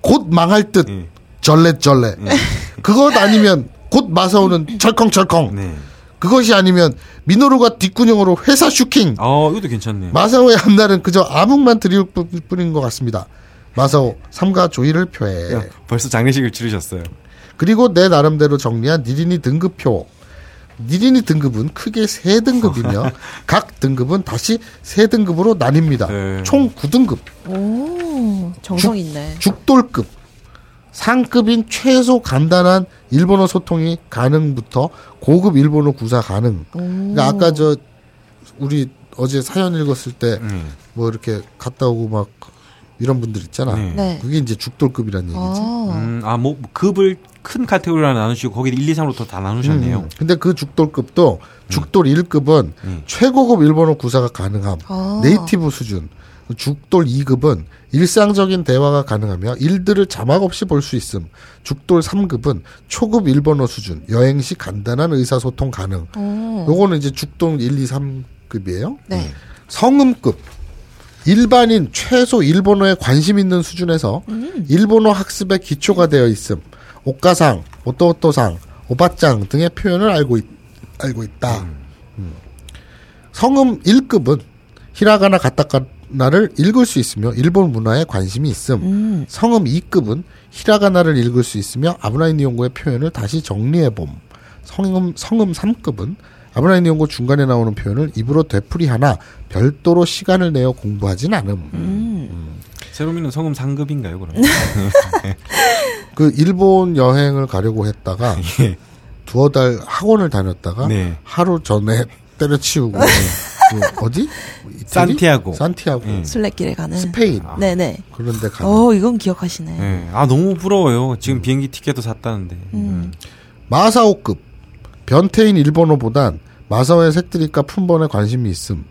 곧 망할 듯 예. 절레절레. 네. 그것 아니면 곧 마사오는 철컹철컹. 네. 그것이 아니면 미노루가 뒷구녕으로 회사 슈킹. 아 이것도 괜찮네요. 마사오의 앞날은 그저 암흑만 드리울 뿐- 뿐인 것 같습니다. 마사오 삼가 조의를 표해. 야, 벌써 장례식을 치르셨어요. 그리고 내 나름대로 정리한 니린이 등급표. 니린이 등급은 크게 세등급이며각 등급은 다시 세등급으로 나뉩니다. 네. 총 구등급 오, 정성 있네. 죽돌급, 상급인 최소 간단한 일본어 소통이 가능부터 고급 일본어 구사 가능. 그러니까 아까 저 우리 어제 사연 읽었을 때 뭐 이렇게 갔다 오고 막 이런 분들 있잖아. 네. 그게 이제 죽돌급이라는 얘기지. 아, 음, 아, 뭐, 급을 큰 카테고리로 나누시고, 거기 1, 2, 3으로 더 다 나누셨네요. 음. 근데 그 죽돌급도 죽돌 1급은 음. 최고급 일본어 구사가 가능함. 아. 네이티브 수준. 죽돌 2급은 일상적인 대화가 가능하며 일들을 자막 없이 볼 수 있음. 죽돌 3급은 초급 일본어 수준. 여행 시 간단한 의사소통 가능. 요거는 이제 죽돌 1, 2, 3급이에요. 어. 네. 성음급. 일반인 최소 일본어에 관심 있는 수준에서 일본어 학습의 기초가 되어 있음. 오카상, 오또오또상, 오바짱 등의 표현을 알고 있, 알고 있다. 음. 성음 1급은 히라가나 가타카나를 읽을 수 있으며 일본 문화에 관심이 있음. 성음 2급은 히라가나를 읽을 수 있으며 아브라인 이용고의 표현을 다시 정리해 봄. 성음 성음 3급은 아브라인 이용고 중간에 나오는 표현을 입으로 되풀이하나 별도로 시간을 내어 공부하진 않음. 세로미는 성음 상급인가요, 그럼? 네. 그 일본 여행을 가려고 했다가 *laughs* 예. 두어 달 학원을 다녔다가 네. 하루 전에 때려치우고 그 어디? 이태리? 산티아고. 네. 아. 산티아고. 술래길에 가는. 스페인. 네네. 그런데 가. 는 어, 이건 기억하시네. 예. 아, 너무 부러워요. 지금 비행기 티켓도 샀다는데. 음. 마사오급 변태인 일본어보단 마사오의 색들이과 품번에 관심이 있음.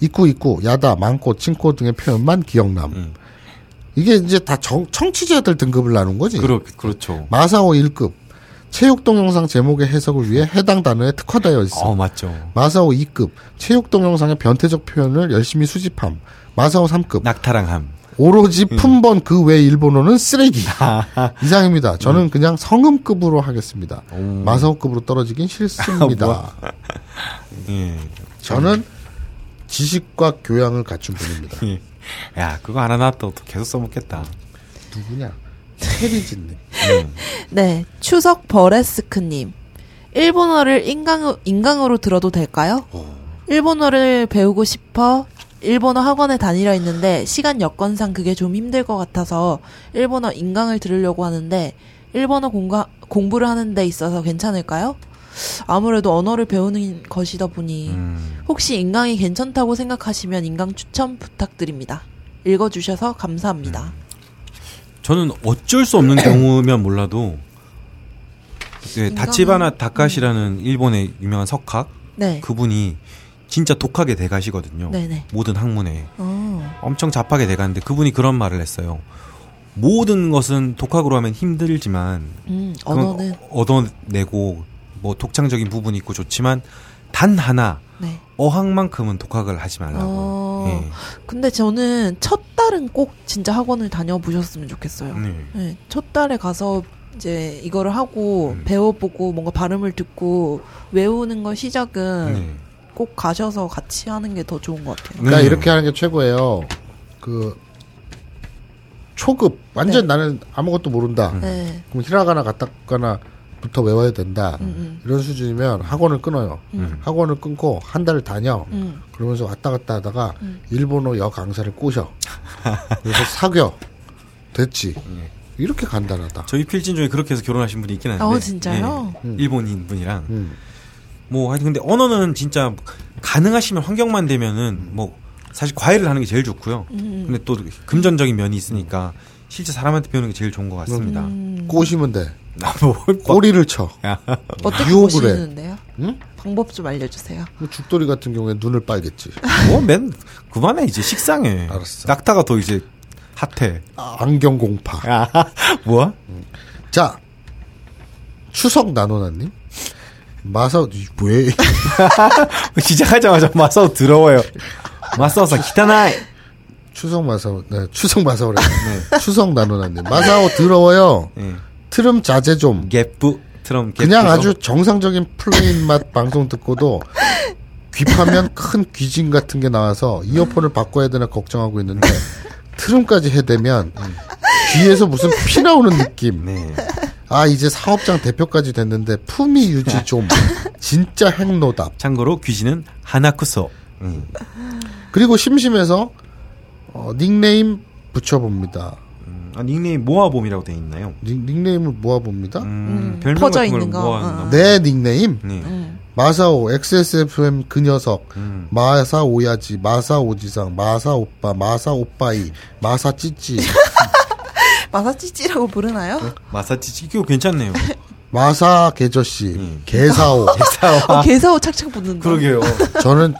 이쿠 이쿠 야다 많고 친코 등의 표현만 기억남. 음. 이게 이제 다 정- 청취자들 등급을 나눈 거지. 그렇, 그렇죠. 마사오 1급 체육 동영상 제목의 해석을 위해 해당 단어에 특화되어 있음. 어, 맞죠. 마사오 2급 체육 동영상의 변태적 표현을 열심히 수집함. 마사오 3급 낙타랑함. 오로지 품번 그 외 일본어는 쓰레기. 이상입니다. 저는 그냥 성음급으로 하겠습니다. 마사오급으로 떨어지긴 싫습니다. 예. 저는 지식과 교양을 갖춘 분입니다. *laughs* 예. 야, 그거 하나 놨다. 또 계속 써먹겠다. 누구냐? 테리진님. 네. 추석 버레스크님. 일본어를 인강, 인강으로 들어도 될까요? 일본어를 배우고 싶어 일본어 학원에 다니려 했는데 시간 여건상 그게 좀 힘들 것 같아서 일본어 인강을 들으려고 하는데 일본어 공가, 공부를 하는 데 있어서 괜찮을까요? 아무래도 언어를 배우는 것이다 보니 음. 혹시 인강이 괜찮다고 생각하시면 인강 추천 부탁드립니다. 읽어주셔서 감사합니다. 음. 저는 어쩔 수 없는 경우면 몰라도 그 다치바나 다카시라는 일본의 유명한 석학 음. 네. 그분이 진짜 독하게 대가시거든요. 네네. 모든 학문에 어, 엄청 잡하게 대가는데 그분이 그런 말을 했어요. 모든 것은 독학으로 하면 힘들지만 음, 그건 언어는 얻어내고 뭐 독창적인 부분이 있고 좋지만 단 하나 네. 어학만큼은 독학을 하지 말라고. 어. 예. 근데 저는 첫 달은 꼭 진짜 학원을 다녀보셨으면 좋겠어요. 네. 네, 첫 달에 가서 이제 이거를 하고 음. 배워보고 뭔가 발음을 듣고 외우는 거 시작은 네. 꼭 가셔서 같이 하는 게 더 좋은 것 같아요. 그러니까 네. 이렇게 하는 게 최고예요. 그 초급 완전 나는 아무것도 모른다. 네. 그럼 히라가나 가타카나부터 외워야 된다. 음, 이런 수준이면 학원을 끊어요. 학원을 끊고 한 달을 다녀. 음. 그러면서 왔다 갔다 하다가 일본어 여 강사를 꼬셔. *laughs* 그래서 사겨. 됐지. 이렇게 간단하다. 저희 필진 중에 그렇게 해서 결혼하신 분이 있긴 한데. 어, 진짜요? 예. 일본인 분이랑. 음. 뭐 하여튼 근데 언어는 진짜 가능하시면 환경만 되면은 뭐 사실 과외를 하는 게 제일 좋고요. 음. 근데 또 금전적인 면이 있으니까 실제 사람한테 배우는 게 제일 좋은 것 같습니다. 음. 꼬시면 돼. 아, 뭐 꼬리를 쳐. 어떻게 유혹을 보시는데요? 응? 방법 좀 알려주세요. 뭐 죽돌이 같은 경우에 눈을 빨겠지. *laughs* 뭐맨 그만해 이제 식상해. 알았어. 낙타가 더 이제 핫해. 안경 아. 공파. 아. 뭐야? 자, 추석 나노나님. 마사, 왜, 시작하자마자 마사오 더러워요. 마사오사 기타나이. *laughs* 추석 마사오, 네, 추석 마사오래. 추석 나누나님. 마사오 더러워요. 예. 트름 자제 좀. 갭부 트럼 갭. 그냥 아주 정상적인 플레인 맛 방송 듣고도 귀파면 큰 귀진 같은 게 나와서 이어폰을 바꿔야 되나 걱정하고 있는데 트름까지 해대면 귀에서 무슨 피 나오는 느낌. 아 이제 사업장 대표까지 됐는데 품위 유지 좀 진짜 핵노답. 참고로 귀신은 하나쿠소. 그리고 심심해서 어, 닉네임 붙여봅니다. 아, 닉네임 모아봄이라고 돼 있나요? 닉, 닉네임을 모아봅니다. 음, 별명 퍼져 같은 걸 있는 거. 모아놓나? 어. 내 닉네임 네. 마사오 XSFM 그 녀석 음. 마사오야지 마사오지상 마사오빠 마사오빠이 마사찌찌 마사찌찌라고 부르나요? 네. 마사치치 이거 *laughs* 괜찮네요. 마사개저씨 음. *laughs* 개사오 어, 개사오 착착 붙는다. 아. 그러게요. 어. 저는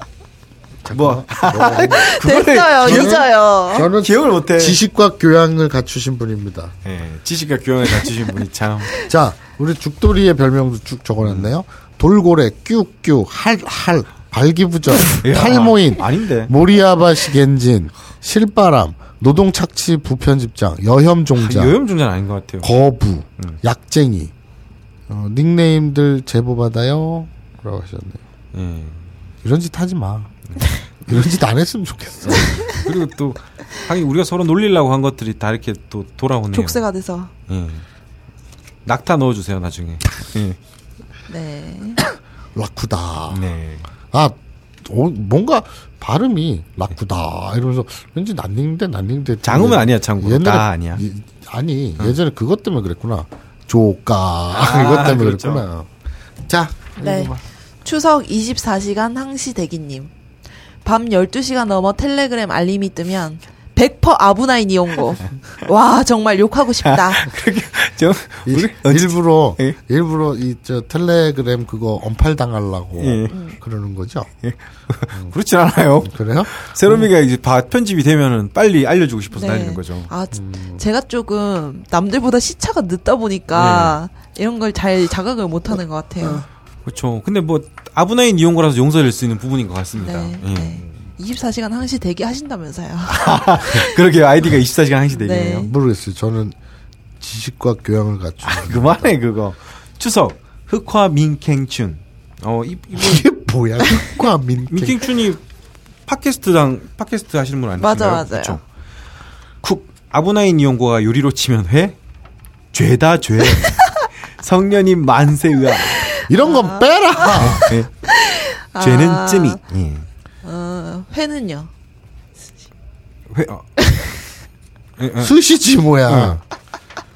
뭐 너무- 됐어요. 저는- 잊어요. 저는 기억을 못해. 지식과 교양을 갖추신 분입니다. 예, 지식과 교양을 갖추신 분이 참. 자, 우리 죽돌이의 별명도 쭉 적어놨네요. 돌고래, 뀨뀨, 할할, 발기부전, *laughs* 야, 탈모인, 아닌데. 모리아바시 겐진, 실바람, 노동착취 부편집장, 여혐종자, 여염종자는 아닌 음. 것 같아요. 거부, 약쟁이. 어, 닉네임들 제보 받아요. 라고 하셨네요. 예. 이런 짓 하지 마. 음. 이런 짓 안 했으면 좋겠어. 그리고 또 하긴 우리가 서로 놀리려고 한 것들이 다 이렇게 또 돌아오네요. 족쇄가 돼서. 예. 낙타 넣어주세요 나중에. 예. 네. 라쿠다. 네. 아, 어, 뭔가 발음이 라쿠다 이러면서 왠지 난닝데 난닝데 장음은 아니야, 참고로. 다 아니야. 예, 아니 예전에 그것 때문에 그랬구나 조까 *laughs* 이것 때문에 그렇죠. 그랬구나 자 네. 추석 24시간 항시 대기님. 밤 12시가 넘어 텔레그램 알림이 뜨면 100% 아부나인 *laughs* 이용고. 와, 정말 욕하고 싶다. 그렇게 좀 *laughs* 일, 우리 일부러 예. 일부러 이 저 텔레그램 그거 언팔 당하려고 예. 그러는 거죠 그렇진 않아요. 그래요 세롬이가 이제 봐 편집이 되면은 빨리 알려주고 싶어서 네. 날리는 거죠. 음. 아, 지- 제가 조금 남들보다 시차가 늦다 보니까 네. 이런 걸 잘 자각을 못 하는 것 같아요. 그렇죠. 근데 뭐 아브나인 이용거라서 용서될 수 있는 부분인 것 같습니다. 네. 예. 네. 24시간 항시 대기 하신다면서요. *laughs* 그러게요. 아이디가 24시간 항시 되겠네요. 네. 모르겠어요 저는 지식과 교양을 갖추는 그만해 그거. 추석 흑화 민캥춘. 어 이, 이분 *laughs* 이게 뭐야 국가 민킹 민캥춘이 팟캐스트랑 팟캐스트 하시는 분 아니신가요? 맞아, 맞아요. 그쵸? 쿡 아브나인 이용고가 요리로 치면 회 죄다 *laughs* 죄. 성년인 만세의아 이런 건 빼라 예. 아. 죄는 쯤이. 예. 어, 회는요. 회, 어. 예, 예. 스시지 뭐야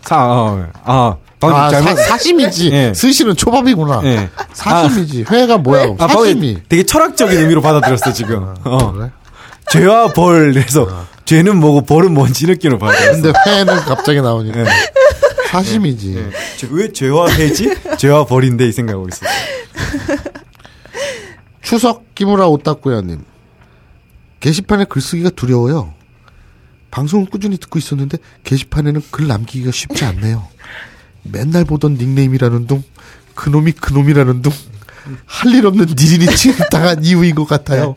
사, 어, 아, 방금 아, 잘못. 사, 심이지 예. 스시는 초밥이구나. 예. 사심이지. 회가 뭐야? 그럼 아, 사심이. 방금 되게 철학적인 의미로 받아들였어, 지금. 어. 그래? 죄와 벌, 그래서 죄는 뭐고 벌은 뭔지 느끼는 받아들였어. 근데 회는 갑자기 나오니까. 사심이지. 예. 죄- 왜 죄와 해지? 죄와 벌인데 이 생각하고 있었어. 추석 기무라 오따꾸야님. 게시판에 글쓰기가 두려워요. 방송을 꾸준히 듣고 있었는데 게시판에는 글 남기기가 쉽지 않네요. 맨날 보던 닉네임이라는 둥, 그놈이 그놈이라는 둥, 할 일 없는 니린이 취급당한 *laughs* 이유인 것 같아요.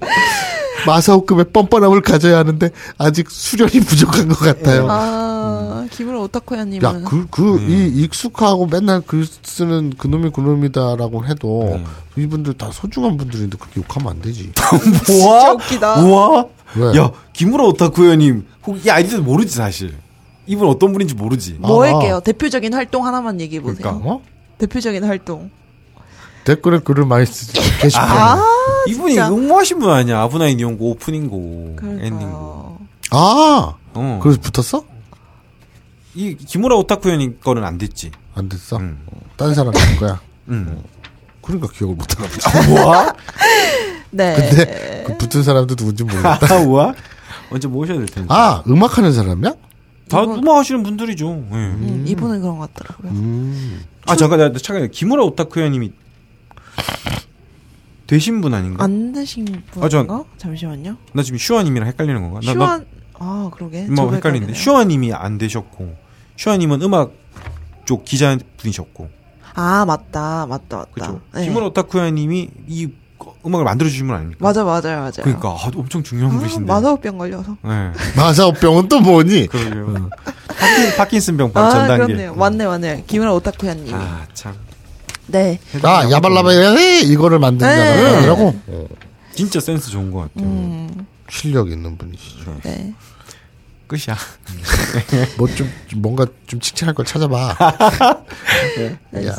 마사오급의 뻔뻔함을 가져야 하는데 아직 수련이 부족한 것 같아요. 아, 김우라 야, 오타코야님은. 그, 그, 이 익숙하고 맨날 글 쓰는 그놈이 그놈이다라고 해도 이분들 다 소중한 분들인데 그렇게 욕하면 안 되지. 우와! 웃기다. 우와! 왜? 야, 김우라 오타쿠여님, 혹- 이 아이디도 모르지, 사실. 이분 어떤 분인지 모르지. 뭐 아. 할게요? 대표적인 활동 하나만 얘기해 보세요. 그러니까. 어? 대표적인 활동. 댓글에 글을 많이 쓰지. 게시판에. 아, 아, 이분이 진짜. 응모하신 분 아니야. 아브나인 이용고, 오프닝고, 엔딩고. 그러니까요. 어. 아! 그래서 붙었어? 이 김우라 오타쿠여님 거는 안 됐지. 안 됐어? 음. 딴 사람 할 거야. 음. 아, 뭐. 그러니까 기억을 못 하나 보지. 우와? 네. *laughs* 근데 그 붙은 사람도 누군지 모르겠다. 아, 우와? 언제 모셔야 될 텐데. 아, 음악하는 사람이야? 다 음악 하시는 분들이죠. 예. 음, 이분은 그런 것 같더라고요. 아 잠깐 나 잠깐 김우라 오타쿠야님이 되신 분 아닌가? 안 되신 분인가? 아, 전- 잠시만요. 나 지금 슈아님이랑 헷갈리는 건가? 나, 슈아 아 그러게. 나, 뭐 저도 헷갈리는데 헷갈리네요. 슈아님이 안 되셨고 슈아님은 음악 쪽 기자 분이셨고 아 맞다 맞다 맞다. 그죠? 네. 김우라 오타쿠야님이 이 음악을 만들어 주신 분 아닙니까? 맞아 맞아요 맞아요. 그러니까 아, 엄청 중요한 아, 분이신데. 마사오병 걸려서. 네. 마사오병은 또 뭐니? 그러게요. 파킨, 파킨슨병 바로 전 아 단계. 음. 그렇네요. 맞네 맞네. 김우라 오타쿠야님. 아 참. 네. 아, 야발라바, 에이, 이거를 만든 네. 사람이라고? 어, 진짜 센스 좋은 것 같아요. 음. 실력 있는 분이시죠. 네. 끝이야. *laughs* 네. *laughs* 뭐 좀 뭔가 좀 칭찬할 걸 찾아봐. 야,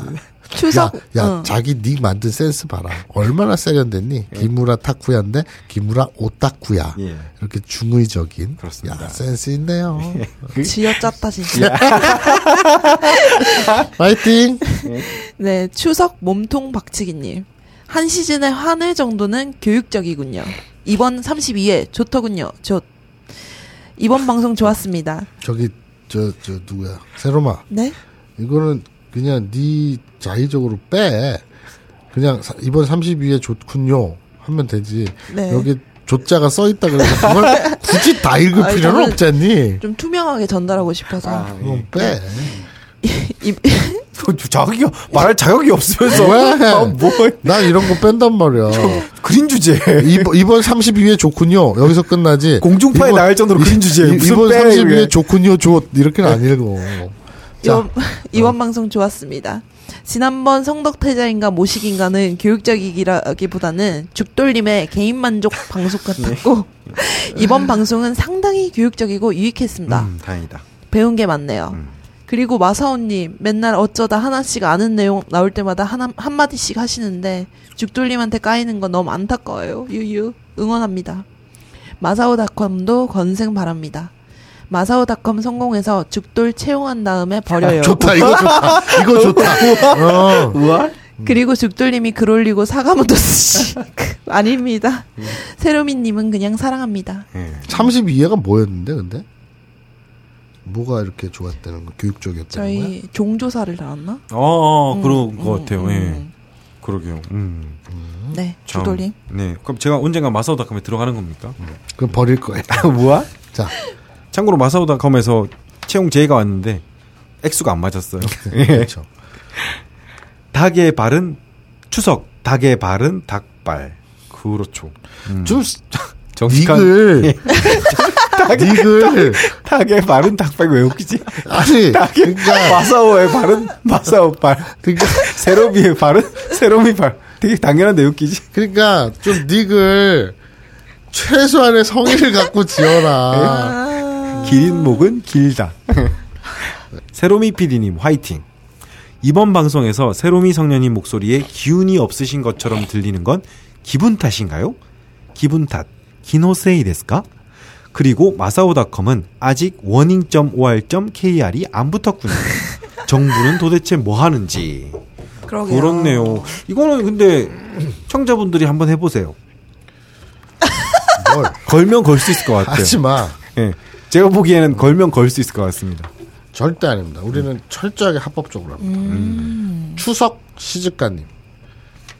추석 야, 야 응. 자기 닉 만든 센스 봐라. 얼마나 세련됐니? 기무라 타쿠야인데 기무라 오타쿠야. 예. 이렇게 중의적인. 그렇습니다. 예. 야, 센스 있네요. 그- 지어짰다 진짜. 파이팅. *laughs* 네, 추석 몸통 박치기님. 한 시즌에 한회 정도는 교육적이군요. 이번 32회 좋더군요. 좋. 이번 방송 좋았습니다. 저기 저 저 누구야? 세로마. 네? 이거는 그냥 네 자의적으로 빼. 그냥 사- 이번 32회 좋군요 하면 되지. 네. 여기 조자가 써 있다 그래서 *laughs* 그걸 굳이 다 읽을 아니, 필요는 저는- 없잖니. 좀 투명하게 전달하고 싶어서. 예. 그럼 빼. *laughs* 이, 자격이 말할 자격이 없으면서 네. 왜? 아, 뭐 난 이런 거 뺀단 말이야. 그린 주제 이번, 이번 32회 좋군요. 여기서 끝나지. 공중파에 나갈 정도로 그린 주제 이- 무슨 이번 빼, 32회 이게. 네. 좋군요, 좋. 이렇게는 안 읽어. 자, 이번, 이번 방송 좋았습니다. 지난번 성덕태자인가 모식인가는 교육적이기라기보다는 죽돌님의 개인 만족 방송 같았고 *laughs* 이번 방송은 상당히 교육적이고 유익했습니다. 음, 다행이다 배운 게 많네요. 그리고 마사오님 맨날 어쩌다 하나씩 아는 내용 나올 때마다 하나 한 마디씩 하시는데 죽돌님한테 까이는 건 너무 안타까워요. 유유 응원합니다. 마사오닷컴도 건생 바랍니다. 마사오닷컴 성공해서 죽돌 채용한 다음에 버려요. 아, 좋다, 이거 좋다. 이거 좋다. 어. 우와 그리고 죽돌님이 글 올리고 사과문도 쓰시. 아닙니다. 세로미님은 그냥 사랑합니다. 예. 32회가 뭐였는데, 근데? 뭐가 이렇게 좋았다는 거, 교육적이었다는 거야? 저희 종조사를 나왔나? 어, 어 그런 것 같아요 예 음. 그러게요 음. 네, 참. 죽돌님. 네 그럼 제가 언젠가 마사오닷컴에 들어가는 겁니까 그럼 버릴 거예요. 음. *laughs* *laughs* 뭐야 자, 참고로 마사오닷컴에서 채용 제의가 왔는데 액수가 안 *laughs* 맞았어요 예. 그렇죠. 닭의 발은 추석 닭의 발은 닭발 그렇죠 좀, *laughs* 정직한 네. 닉을, 닉을, *laughs* 닭의 발은 닭발 왜 웃기지 아니, 그러니까, 마사오의 발은 마사오 발 그러니까, 세로미의 발은 세로미 발 되게 당연한데 웃기지 그러니까 좀 닉을 최소한의 성의를 갖고 지어라. 예. 긴 목은 길다. 세로미 PD님 화이팅. 이번 방송에서 세로미 성년님 목소리에 기운이 없으신 것처럼 들리는 건 기분 탓인가요? 기분 탓. 기노세이 데스까? 그리고 마사오닷컴은 아직 워닝.or.kr이 안 붙었군요. 정부는 도대체 뭐 하는지. 그러게요. 그렇네요. 이거는 근데 청자분들이 한번 해보세요. 뭘. 걸면 걸 수 있을 것 같아요. 하지 마. 예. 제가 보기에는 걸면 걸 수 있을 것 같습니다. 절대 아닙니다. 우리는 철저하게 합법적으로 합니다. 추석 시집가님.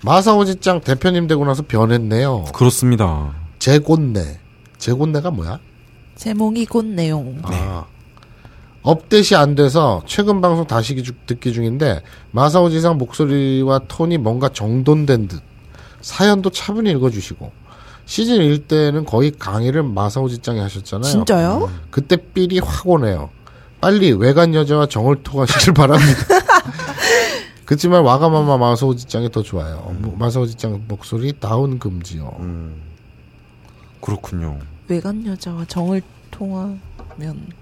마사오지짱 대표님 되고 나서 변했네요. 그렇습니다. 재곤내. 재곤내가 뭐야? 제목이 곧 내용. 아. 업데이트 안 돼서 최근 방송 다시 기- 듣기 중인데 마사오지상 목소리와 톤이 뭔가 정돈된 듯 사연도 차분히 읽어주시고 시즌 1 때는 거의 강의를 마사오지짱이 하셨잖아요. 음. 진짜요? 그때 삘이 확 오네요. 빨리 외간 여자와 정을 통하시길 바랍니다. *laughs* 그렇지만 와가마마 마사오지짱이 더 좋아요. 음. 뭐, 마사오지짱 목소리 다운 금지요. 그렇군요. 외간 여자와 정을 통하면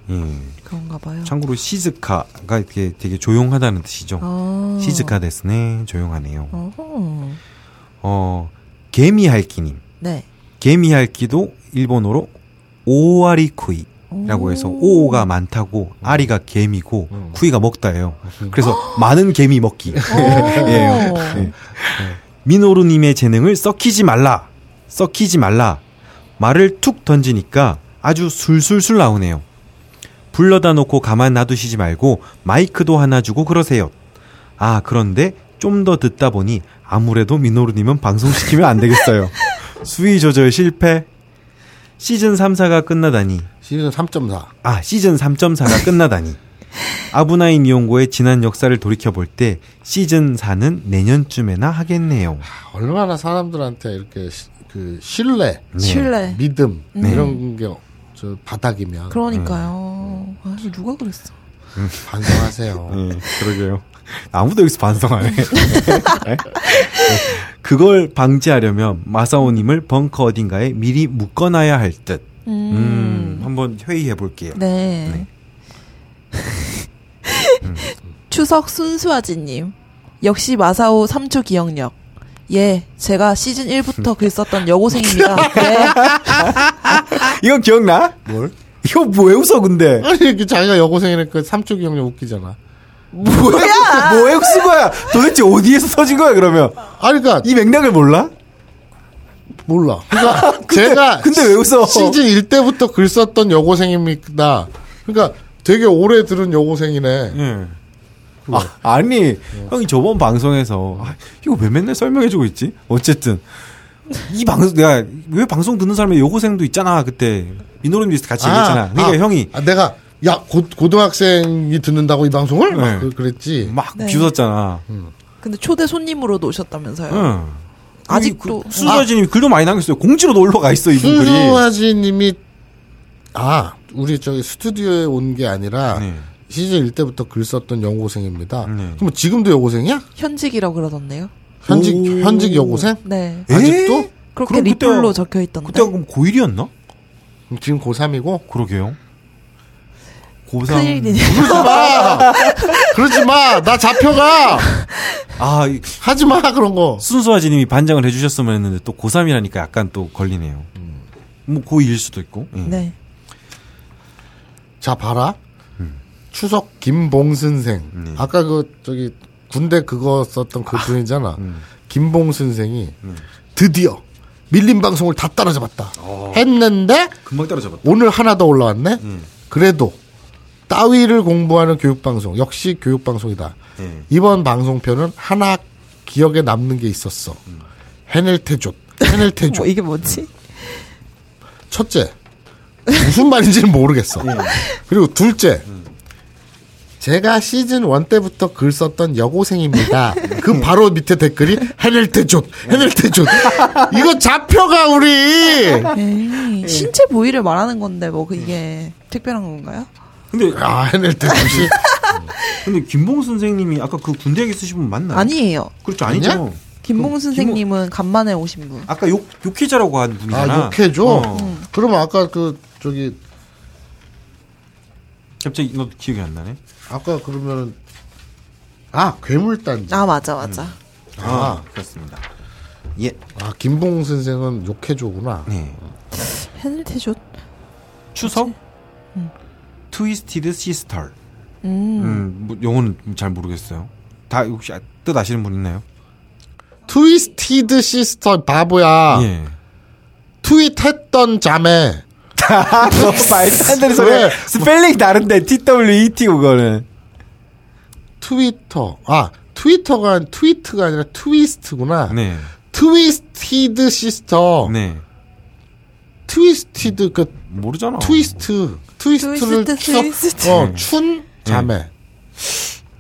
예. 그런가 봐요. 참고로 시즈카가 이렇게 되게 조용하다는 뜻이죠. 아. 시즈카 데스네 조용하네요. 어, 어허. 개미할기님. *laughs* 네. 개미할기도 일본어로 오아리쿠이라고 해서 오가 많다고 아리가 개미고 쿠이가 먹다예요. 그래서 많은 개미 *laughs* 먹기. 예, 오. 네. 미노루님의 재능을 썩히지 말라. 썩히지 말라. 말을 툭 던지니까 아주 술술술 나오네요. 불러다 놓고 가만 놔두시지 말고 마이크도 하나 주고 그러세요. 아, 그런데 좀 더 듣다 보니 아무래도 미노루님은 방송시키면 안 되겠어요. 수위 조절 실패. 시즌 3, 4가 끝나다니. 시즌 3.4. 아, 시즌 3.4가 끝나다니. 아부나인 이용고의 지난 역사를 돌이켜볼 때 시즌 4는 내년쯤에나 하겠네요. 얼마나 사람들한테 이렇게 시- 그 신뢰, 네. 신뢰. 믿음 이런 게 저 바닥이면 그러니까요. 네. 아, 누가 그랬어? *laughs* 반성하세요. 네. 예, 그러게요. *laughs* 아무도 여기서 반성 *laughs* 안 해. 예? 그걸 방지하려면 마사오님을 벙커 어딘가에 미리 묶어놔야 할 듯. 음, 한번 회의해 볼게요. 네. 음, *laughs* 추석 순수아지님. 역시 마사오 3초 기억력. 예, 제가 시즌 1부터 글 썼던 *laughs* 여고생입니다. 네. 이거 기억나? 뭘? 이거 뭐 왜 웃어 근데? 아니 이렇게 자기가 여고생이니까 삼촌 기억력 웃기잖아. 뭐야? 뭐에 웃은 거야? 도대체 어디에서 터진 거야 그러면? 아니 그러니까 이 맥락을 몰라? 몰라. 그러니까 제가 *laughs* 근데 왜 웃어? 시즌 1 때부터 글 썼던 여고생입니다. 그러니까 되게 오래 들은 여고생이네. 음. 예. 아, 아니 형이 저번 방송에서 아, 이거 왜 맨날 설명해주고 있지? 어쨌든 이 방송 내가 왜 방송 듣는 사람의 여고생도 있잖아 그때 민노름 리스트 같이 얘기했잖아. 그러니까 아, 형이 아, 내가 야 고, 고등학생이 듣는다고 이 방송을 막 네. 그- 그랬지. 음. 막 네. 비웃었잖아. 근데 초대 손님으로도 오셨다면서요. 응. 아직도- 수사진이 글도 많이 남겼어요. 공지로 놀러 가 있어 이분 글이. 수수화지님이 아 우리 저기 스튜디오에 온 게 아니라 네. 시즌 1 때부터 글 썼던 여고생입니다. 네. 그럼 지금도 여고생이야? 현직이라고 그러던데요. 현직 현직 여고생? 네. 에? 아직도? 그렇게 예. 그럼 그때- 리플로 적혀 있던데. 그때가 그럼 고1이었나? 그럼 지금 고3이고? 그러게요. 고3. 그 큰일이네요. *laughs* 그러지 마! 그러지 마! 나 잡혀가! 아, 이- 하지 마! 그런 거. 순수아지님이 반장을 해주셨으면 했는데 또 고3이라니까 약간 또 걸리네요. 음. 뭐 고2일 수도 있고. 예. 네. 자, 봐라. 음. 추석 김봉선생. 네. 아까 그, 저기, 군대 그거 썼던 그 분이잖아. 음. 김봉선생이 네. 드디어 밀린 방송을 다 따라잡았다. 어. 했는데, 금방 따라잡았다. 오늘 하나 더 올라왔네? 음. 그래도 따위를 공부하는 교육방송 역시 교육방송이다. 음. 이번 방송편은 하나 기억에 남는 게 있었어. 해낼 테조. 해낼 음. *laughs* 테조. 뭐 이게 뭐지? 첫째 무슨 말인지는 모르겠어. 음. 그리고 둘째 제가 시즌 원 때부터 글 썼던 여고생입니다. 그 바로 밑에 댓글이 해낼 테조. 해낼 테조. 이거 잡혀가 우리. 에이, 네. 신체 부위를 말하는 건데 뭐 그게 특별한 건가요? 근데, 아 해낼 테조시. 근데 김봉 선생님이 아까 그 군대 얘기 쓰신 분 맞나요? 아니에요. 그렇죠, 아니죠. 아니야? 네. 그 김봉 선생님은 간만에 오신 분. 아까 욕, 욕해자라고 한 분이잖아. 아 욕해줘. 어. 음. 그러면 아까 그 저기 갑자기 너 기억이 안 나네. 아까 그러면 아 괴물단지 아, 아 맞아 맞아. 아, 그렇습니다. 예. 아, 김봉 선생은 욕해줘구나 네. 헤늘테쇼 추석? 음. 트위스티드 시스터. 음. 뭐 영어는 잘 모르겠어요. 다 혹시 아- 뜻 아시는 분 있나요? 트위스티드 시스터 아. 바보야 예. 트윗했던 자매 너 *laughs* 말도 안 되는 왜? 소리야. 스펠링 다른데 TWET 그거는. 트위터 아 트위터가 트위트가 아니라 트위스트구나 네. 트위스티드 시스터 네. 어. 트위스티드 그 모르잖아. 트위스트 트위스트를 트위스트, 추- 트위스트. 어, 춘 네. 아, 자매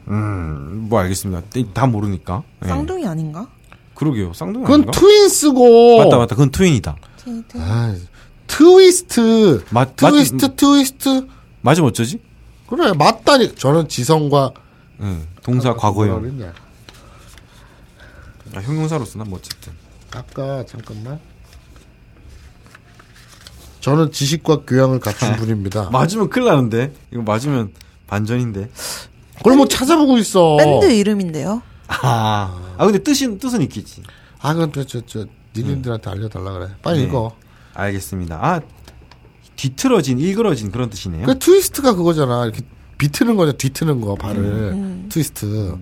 음, 뭐 알겠습니다. 다 모르니까. 예. 쌍둥이 아닌가? 그러게요. 쌍둥이 그건 아닌가? 트윈스고 맞다 맞다. 그건 트윈이다. 어. 아, 트위스트 마- 음. 트위스트 맞- 트위스트 맞으면 어쩌지? 그래 맞다니 저는 지성과 예. 동사 뭐라 과거형. 그랬냐 아, 형용사로 쓰나 뭐 어쨌든. 아까 잠깐만 저는 지식과 교양을 갖춘 아. 분입니다 맞으면 큰일 나는데. 이거 맞으면 반전인데. 그걸 뭐 찾아보고 있어 밴드 이름인데요. 아. 아 근데 뜻은 뜻은 있겠지. 아 그럼 저저 저, 니님들한테 알려달라 그래 네. 빨리 읽어 음. 알겠습니다. 아 뒤틀어진, 일그러진 그런 뜻이네요. 그 트위스트가 그거잖아 이렇게 비트는 거냐 뒤트는 거 발을 음. 음. 트위스트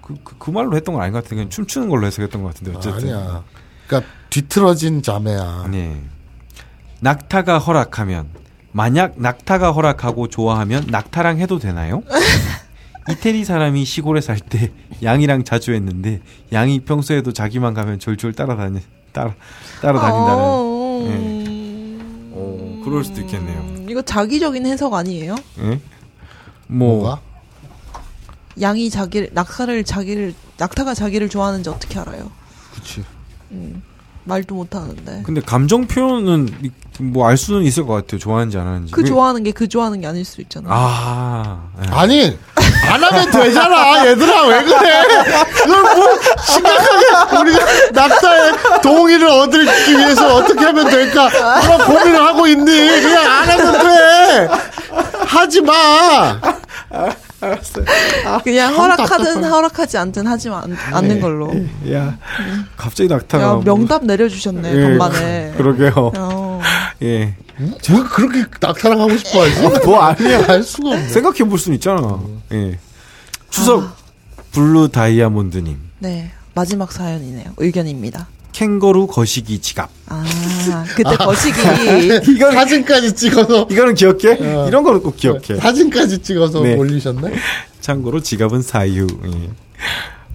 그, 그, 그 말로 했던 건 아닌 것 같은데 그냥 춤추는 걸로 해석했던 것 같은데 어쨌든. 아니야 그러니까 뒤틀어진 자매야 네. 낙타가 허락하면 만약 낙타가 허락하고 좋아하면 낙타랑 해도 *laughs* 되나요? 이태리 사람이 시골에 살 때 양이랑 자주 했는데 양이 평소에도 자기만 가면 졸졸 따라다니 따라 따라다닌다는. 어, 예. 음, 어, 그럴 수도 있겠네요. 이거 자기적인 해석 아니에요? 예? 뭐 뭐가 양이 자기 낙타를 자기를 낙타가 자기를 좋아하는지 어떻게 알아요? 그치 말도 못하는데. 근데 감정 표현은 뭐 알 수는 있을 것 같아요. 좋아하는지 안 하는지. 그 왜- 좋아하는 게 그 좋아하는 게 아닐 수 있잖아. 아. 예. 아니 안 하면 되잖아 얘들아 왜 그래 이걸 뭐 심각하게 우리가 낙타의 동의를 얻기 위해서 어떻게 하면 될까 그런 고민을 하고 있니 그냥 안 하면 돼 하지 마 그냥 참 허락하든 답답하네. 허락하지 않든 하지 마- 않는 걸로. 야, 예. 갑자기 낙타가. 야, 뭐- 명답 내려주셨네, 예, 간만에. *laughs* 그러게요. 어. 예. 뭐 그렇게 낙타랑 하고 싶어 하지? 뭐 아니야. 알 수가 없네. 생각해 볼 수는 있잖아. 예. 추석 블루 다이아몬드님. 네, 마지막 사연이네요. 의견입니다. 캥거루 거시기 지갑. 아, *laughs* 그때 거시기. 이건 사진까지 찍어서 네. 이거는 기억해? 이런 거는 꼭 기억해. 사진까지 찍어서 네. 올리셨네. *laughs* 참고로 지갑은 사유. 예.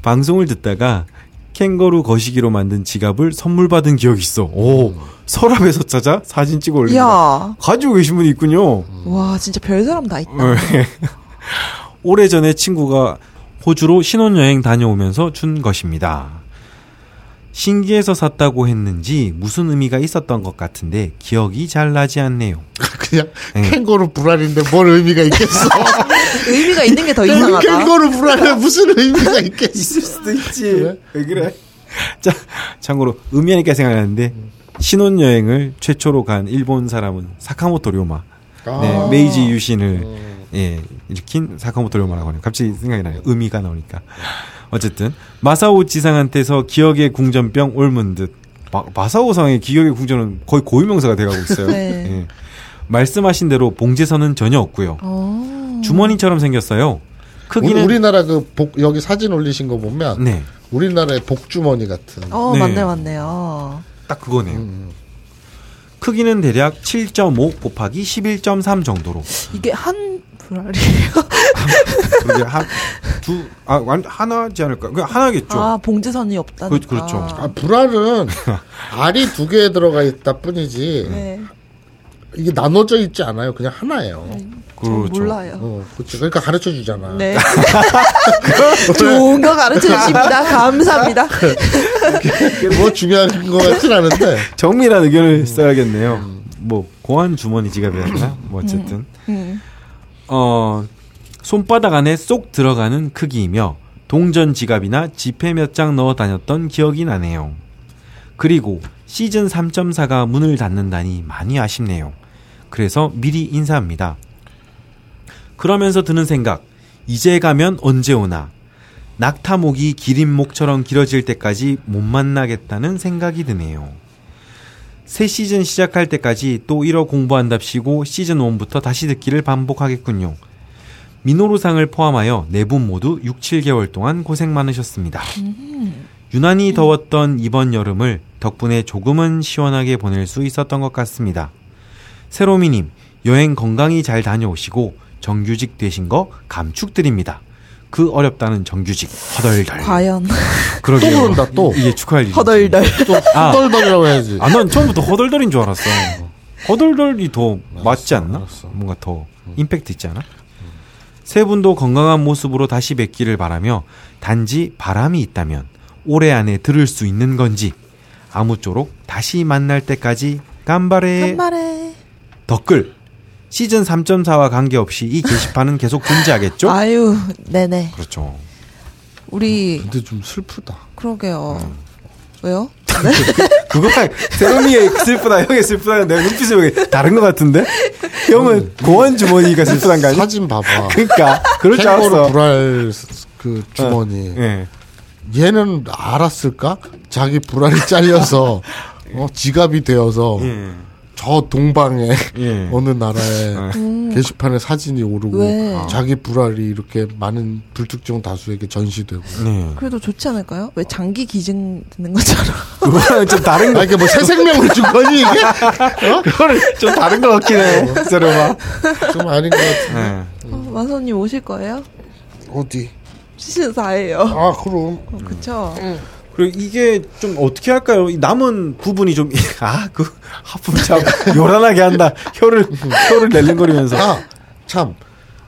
방송을 듣다가 캥거루 거시기로 만든 지갑을 선물 받은 기억이 있어. 오, 서랍에서 찾아 사진 찍어 올린다. 야. 가지고 계신 분이 있군요. 와, 진짜 별 사람 다 있다. 음. 예. *laughs* 오래전에 친구가 호주로 신혼여행 다녀오면서 준 것입니다. 신기해서 샀다고 했는지 무슨 의미가 있었던 것 같은데 기억이 잘 나지 않네요. 그냥 캥거루 불알인데 뭘 의미가 있겠어? 의미가 있는 게 더 이상하다. 캥거루 불알에 무슨 의미가 있겠어? 있을 수도 있지. 왜 그래? *laughs* 자, 참고로 의미하니까 생각나는데 신혼여행을 최초로 간 일본 사람은 사카모토 료마. 네, 아. 메이지 유신을 예, 일으킨 사카모토 료마라고 하네요. 갑자기 생각이 나요. 의미가 나오니까. 어쨌든 마사오 지상한테서 기억의 궁전병 옮은 듯 마, 마사오 상의 기억의 궁전은 거의 고유명사가 돼가고 있어요. *laughs* 네. 예. 말씀하신 대로 봉제선은 전혀 없고요. 어. 주머니처럼 생겼어요. 크기는 우리- 우리나라 그 복, 여기 사진 올리신 거 보면 네. 우리나라의 복주머니 같은. 어, 네. 맞네, 맞네요. 딱 음, 그거네요. 크기는 대략 7.5 곱하기 11.3 정도로. 이게 한 불알이에요. 그게 한, 두, 아, 완, 하나지 않을까? 그 하나겠죠. 아, 봉제선이 없다니까. 그- 그렇죠. 아 *laughs* 불알은 알이 두 개 들어가 있다 뿐이지 네. 이게 나눠져 있지 않아요. 그냥 하나예요. 저 그렇죠. 몰라요. 어, 그치. 그러니까 가르쳐 주잖아. *laughs* 네. 좋은 거 가르쳐 주십니다. *laughs* 감사합니다. 뭐 중요한 것 같진 않은데. *laughs* 정밀한 의견을 써야겠네요. 뭐, 고안 주머니 지갑이었나? 뭐, 어쨌든. 음. 어, 손바닥 안에 쏙 들어가는 크기이며, 동전 지갑이나 지폐 몇 장 넣어 다녔던 기억이 나네요. 그리고 시즌 3.4가 문을 닫는다니 많이 아쉽네요. 그래서 미리 인사합니다. 그러면서 드는 생각, 이제 가면 언제 오나. 낙타목이 기린목처럼 길어질 때까지 못 만나겠다는 생각이 드네요. 새 시즌 시작할 때까지 또 1어 공부한답시고 시즌 1부터 다시 듣기를 반복하겠군요. 민호로상을 포함하여 네 분 모두 6, 7개월 동안 고생 많으셨습니다. 음. 유난히 더웠던 이번 여름을 덕분에 조금은 시원하게 보낼 수 있었던 것 같습니다. 세로미님, 여행 건강히 잘 다녀오시고 정규직 되신 거 감축드립니다. 그 어렵다는 정규직 허덜덜. 과연. 그러게요. 또 그런다, 또. 이게 축하할 일이. 허덜덜. 또 아. 후덜덜이라고 해야지. 아, 난 처음부터 허덜덜인 줄 *laughs* 알았어. 허덜덜이 더 맞지 않나? 알았어. 음. 뭔가 더 임팩트 있지 않아? 세 분도 건강한 모습으로 다시 뵙기를 바라며 단지 바람이 있다면 올해 안에 들을 수 있는 건지 아무쪼록 다시 만날 때까지 깜바레 한말에 덧글 시즌 3.4와 관계없이 이 게시판은 계속 존재하겠죠? 아유, 네네. 그렇죠. 우리, 근데 좀 슬프다. 그러게요. 왜요? 그거 세롬이의 슬프다 형의 슬프다 내가 눈빛이 왜 다른 것 같은데 형은 고원 주머니가 슬프단 거 아니야? 사진 봐봐. 그러니까 그럴 줄 캥거루 알았어. 불알 스- 그 주머니. 예. 얘는 알았을까? 자기 불알이 잘려서 어, 지갑이 되어서 저 동방에 예. *laughs* 어느 나라에 게시판에 사진이 오르고 왜? 자기 불알이 이렇게 많은 불특정 다수에게 전시되고 네. 그래도 좋지 않을까요? 왜 장기 기증 듣는 것처럼. 그거랑 좀 다른 아 거. 이게 뭐 새 생명을 준 거니 이게 그거는 좀 다른 거 같긴 해. 세롬아. 좀 아닌 것 같은데 예. 어, 만선님 오실 거예요? 어디 시즌 4예요. 아 그럼 어, 그쵸? 그리고 이게 좀 어떻게 할까요? 이 남은 부분이 좀, 아, 그, 하품 참, 요란하게 한다. 혀를, 혀를 낼름거리면서. 아참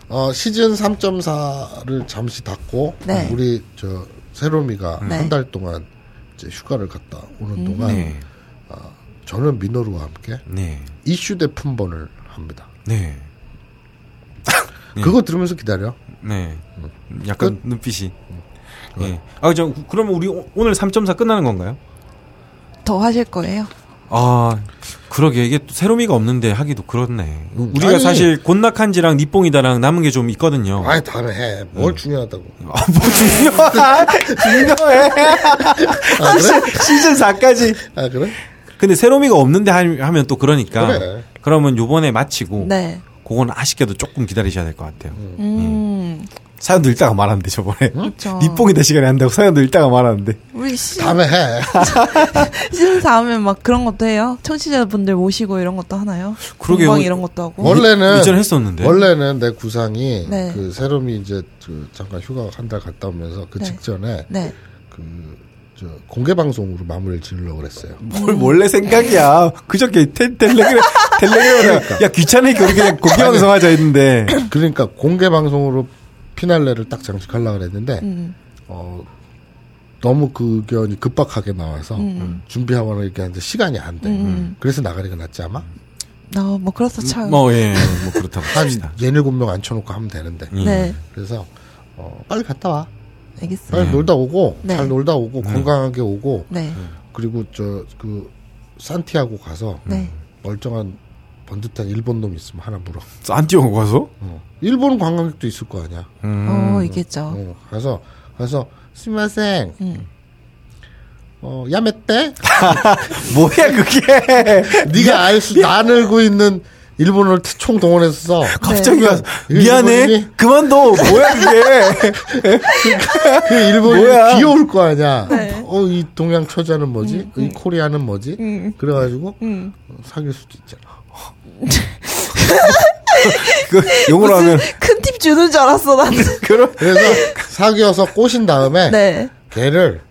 어, 시즌 3.4를 잠시 닫고 네. 우리 저 세롬이가 네. 음. 한 달 동안 이제 휴가를 갔다 오는 동안 네. 저는 민호루와 함께 네. 이슈 대품번을 합니다. 네. 예. 그거 들으면서 기다려. 네. 약간 눈빛이. 예. 아, 저, 그러면 우리 오- 오늘 3.4 끝나는 건가요? 더 하실 거예요? 아, 그러게 이게 또 새로미가 없는데 하기도 그렇네. 우리가 아니. 사실 곤낙한지랑 니뽕이다랑 남은 게 좀 있거든요. 아이 다음에 해. 뭘 중요하다고. 음. 아, 시즌 4까지. 아 그래? 근데 새로미가 없는데 하- 하면 또 그러니까 그래. 그러면 요번에 마치고 네. 그건 아쉽게도 조금 기다리셔야 될 것 같아요. 음. 사연도 읽다가 말았는데, 저번에. *laughs* 그쵸. 니뽕이다 시간에 한다고 사연도 읽다가 말았는데. 우리 시, 다음에 해. 시즌 4하면 막 그런 것도 해요? 청취자분들 모시고 이런 것도 하나요? 그러게요. 공방 이런 것도 하고. 뭐- 원래는 이전 했었는데. 원래는 내 구상이 네. 그 새롬이 이제 그 잠깐 휴가 한 달 갔다 오면서 그 네. 직전에 네. 그 저 공개 방송으로 마무리를 지으려고 그랬어요. 뭘 음. 원래 생각이야. 그저께 텔- *laughs* 텔레그램, 텔레그램. 야, 귀찮으니까 우리 그냥 공개 방송하자 했는데. 그러니까 공개 방송으로 피날레를 딱 장식하려고 그랬는데 음. 어 너무 그 견이 급박하게 나와서 음. 준비하거나 이렇게 하는데 시간이 안 돼. 그래서 나가리가 낫지 아마 어, 뭐 그렇다 참. 뭐 예, 뭐 그렇다고 한 합시다. 얘네곱 명 앉혀놓고 하면 되는데. 네. 그래서 어 빨리 갔다 와. 알겠습니다. 빨리 놀다 오고 네. 잘 놀다 오고 건강하게 오고 네. 그리고 저 그 산티아고 가서 네. 멀쩡한 번듯한 일본 놈 있으면 하나 물어. 안 뛰어오고 가서? 어. 일본 관광객도 있을 거 아니야. 어, 이겠죠. 어, 가서 가서 스마생. 네. 어 야메떼? 뭐야, 그게. *laughs* 네가 알수 나늘고 있는 일본어를 총 동원해서 써. *laughs* 갑자기 와서. 이거 미안해. 일본인이? 그만둬. 뭐야, 그게. 그 일본이 뭐야? 귀여울 거 아니야. 네. 어 이 동양 처자는 뭐지? 음. 이 코리아는 뭐지? 그래가지고 어, 사귈 수도 있잖아. 그, *laughs* 용어로 하면. *laughs* 큰 팁 주는 줄 알았어, 나는. 그런. 그래서 사귀어서 꼬신 다음에 네. 걔를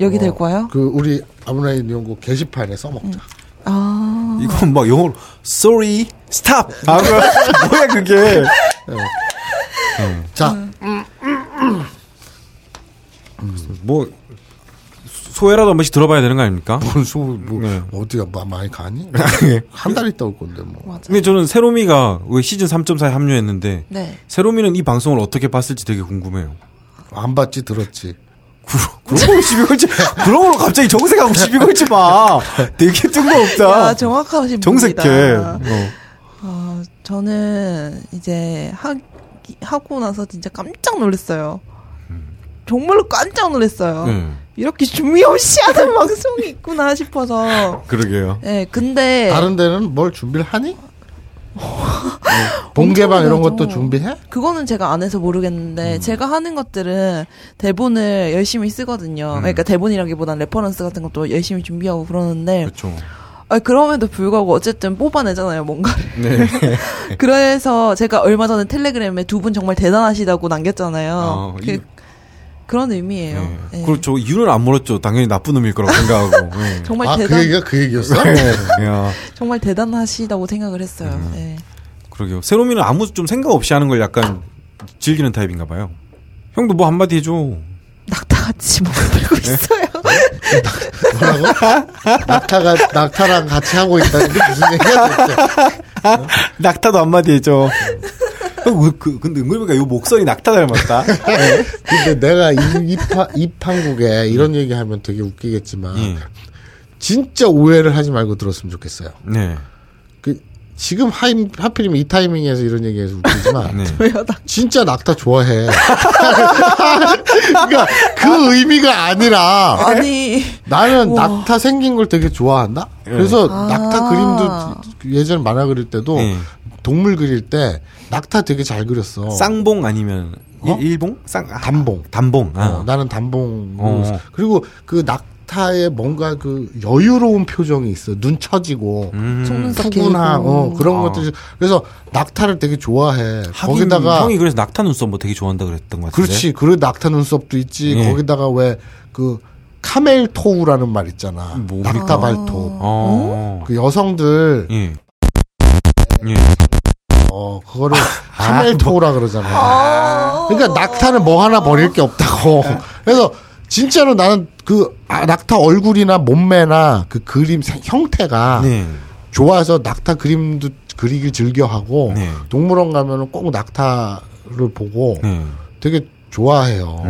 여기 어, 될 거예요? 그 우리 아브라인 연구 게시판에 써먹자. 음. 아. 이건 막 영어로 sorry stop 아 뭐야, *laughs* 뭐야 그게 자, 음. 뭐 소외라도 한 번씩 들어봐야 되는 거 아닙니까? 분수 뭐 네. 어디가 마- *laughs* 많이 가니? 예. 한 달 있다 올 건데 뭐. 맞아. 근데 저는 세로미가 왜 시즌 3.4에 합류했는데 네. 세로미는 이 방송을 어떻게 봤을지 되게 궁금해요. 안 봤지 들었지. 그런 걸로 시비 걸지 그런 걸로 갑자기 정색하고 시비 걸지 마 되게 뜬금없다 야, 정확하신 분이다. 정색해 어. 아, 저는 이제 하, 하고 나서 진짜 깜짝 놀랐어요. 정말로 깜짝 놀랐어요. 네. 이렇게 준비 없이 하는 *laughs* 방송이 있구나 싶어서. 그러게요 예, 근데 다른 데는 뭘 준비를 *laughs* 하니? 봉개방 이런 것도 엄청나죠. 준비해? 그거는 제가 안 해서 모르겠는데 제가 하는 것들은 대본을 열심히 쓰거든요. 그러니까 대본이라기보단 레퍼런스 같은 것도 열심히 준비하고 그러는데 그렇죠. 아, 그럼에도 불구하고 어쨌든 뽑아내잖아요, 뭔가를. *laughs* 그래서 제가 얼마 전에 텔레그램에 두 분 정말 대단하시다고 남겼잖아요. 어, 그, 이- 런 의미예요. 예. 그렇죠. 이유는 안 물었죠. 당연히 나쁜 놈일 거라고 생각하고. 예. 정말 아, 그 대단 얘기가 그 얘기였어? 네. 야, *laughs* 정말 대단하시다고 생각을 했어요. 예. 그러게요. 세로미는 아무 좀 생각 없이 하는 걸 약간 즐기는 타입인가 봐요. 형도 뭐 한마디 해줘. 낙타같이 못 들고 있어요. 뭐라고? *laughs* 낙타가, 낙타랑 같이 하고 있다는 게 무슨 얘기야 도대체. 낙타도 한마디 *laughs* 해줘 형, 그, 그, 근데 은근히 보니까 요 목소리 낙타 닮았다 근데 내가 이, 이, 파, 이 판국에 이런 얘기 하면 되게 웃기겠지만, 예. 진짜 오해를 하지 말고 들었으면 좋겠어요. *laughs* 네. 그, 지금 하, 하필이면 이 타이밍에서 이런 얘기해서 웃기지만, 네. 왜요, 낙 진짜 낙타 좋아해. *laughs* 그러니까 그 의미가 아니라 아니. 나는 낙타 생긴 걸 되게 좋아한다. 그래서 낙타 그림도 예전에 만화 그릴 때도 네. 동물 그릴 때 낙타 되게 잘 그렸어. 쌍봉 아니면 어? 일, 봉 쌍, 아, 단봉. 단봉. 아. 어, 나는 단봉. 어. 그리고 그 낙타의 뭔가 그 여유로운 표정이 있어. 눈 처지고. 속눈썹 음. 푸근함, 길고. 어, 그런 음. 아. 것들이. 그래서 낙타를 되게 좋아해. 하긴 거기다가. 형이 그래서 네. 낙타 눈썹 뭐 되게 좋아한다 그랬던 것 같은데. 그렇지. 그리고 낙타 눈썹도 있지. 예. 거기다가 왜 그 카멜 토우라는 말 있잖아. 뭡니까? 낙타 발톱. 어. 그 여성들 예. 예. 어 *laughs* 그거를 아, 뭐. 카멜 토우라 그러잖아. 그러니까 낙타는 뭐 하나 버릴 게 없다고. 그래서 진짜로 나는 그 아, 낙타 얼굴이나 몸매나 그 그림 생- 형태가 네. 좋아서 낙타 그림도 그리길 즐겨하고 네. 동물원 가면은 꼭 낙타를 보고 네. 음. 되게 좋아해요. *laughs*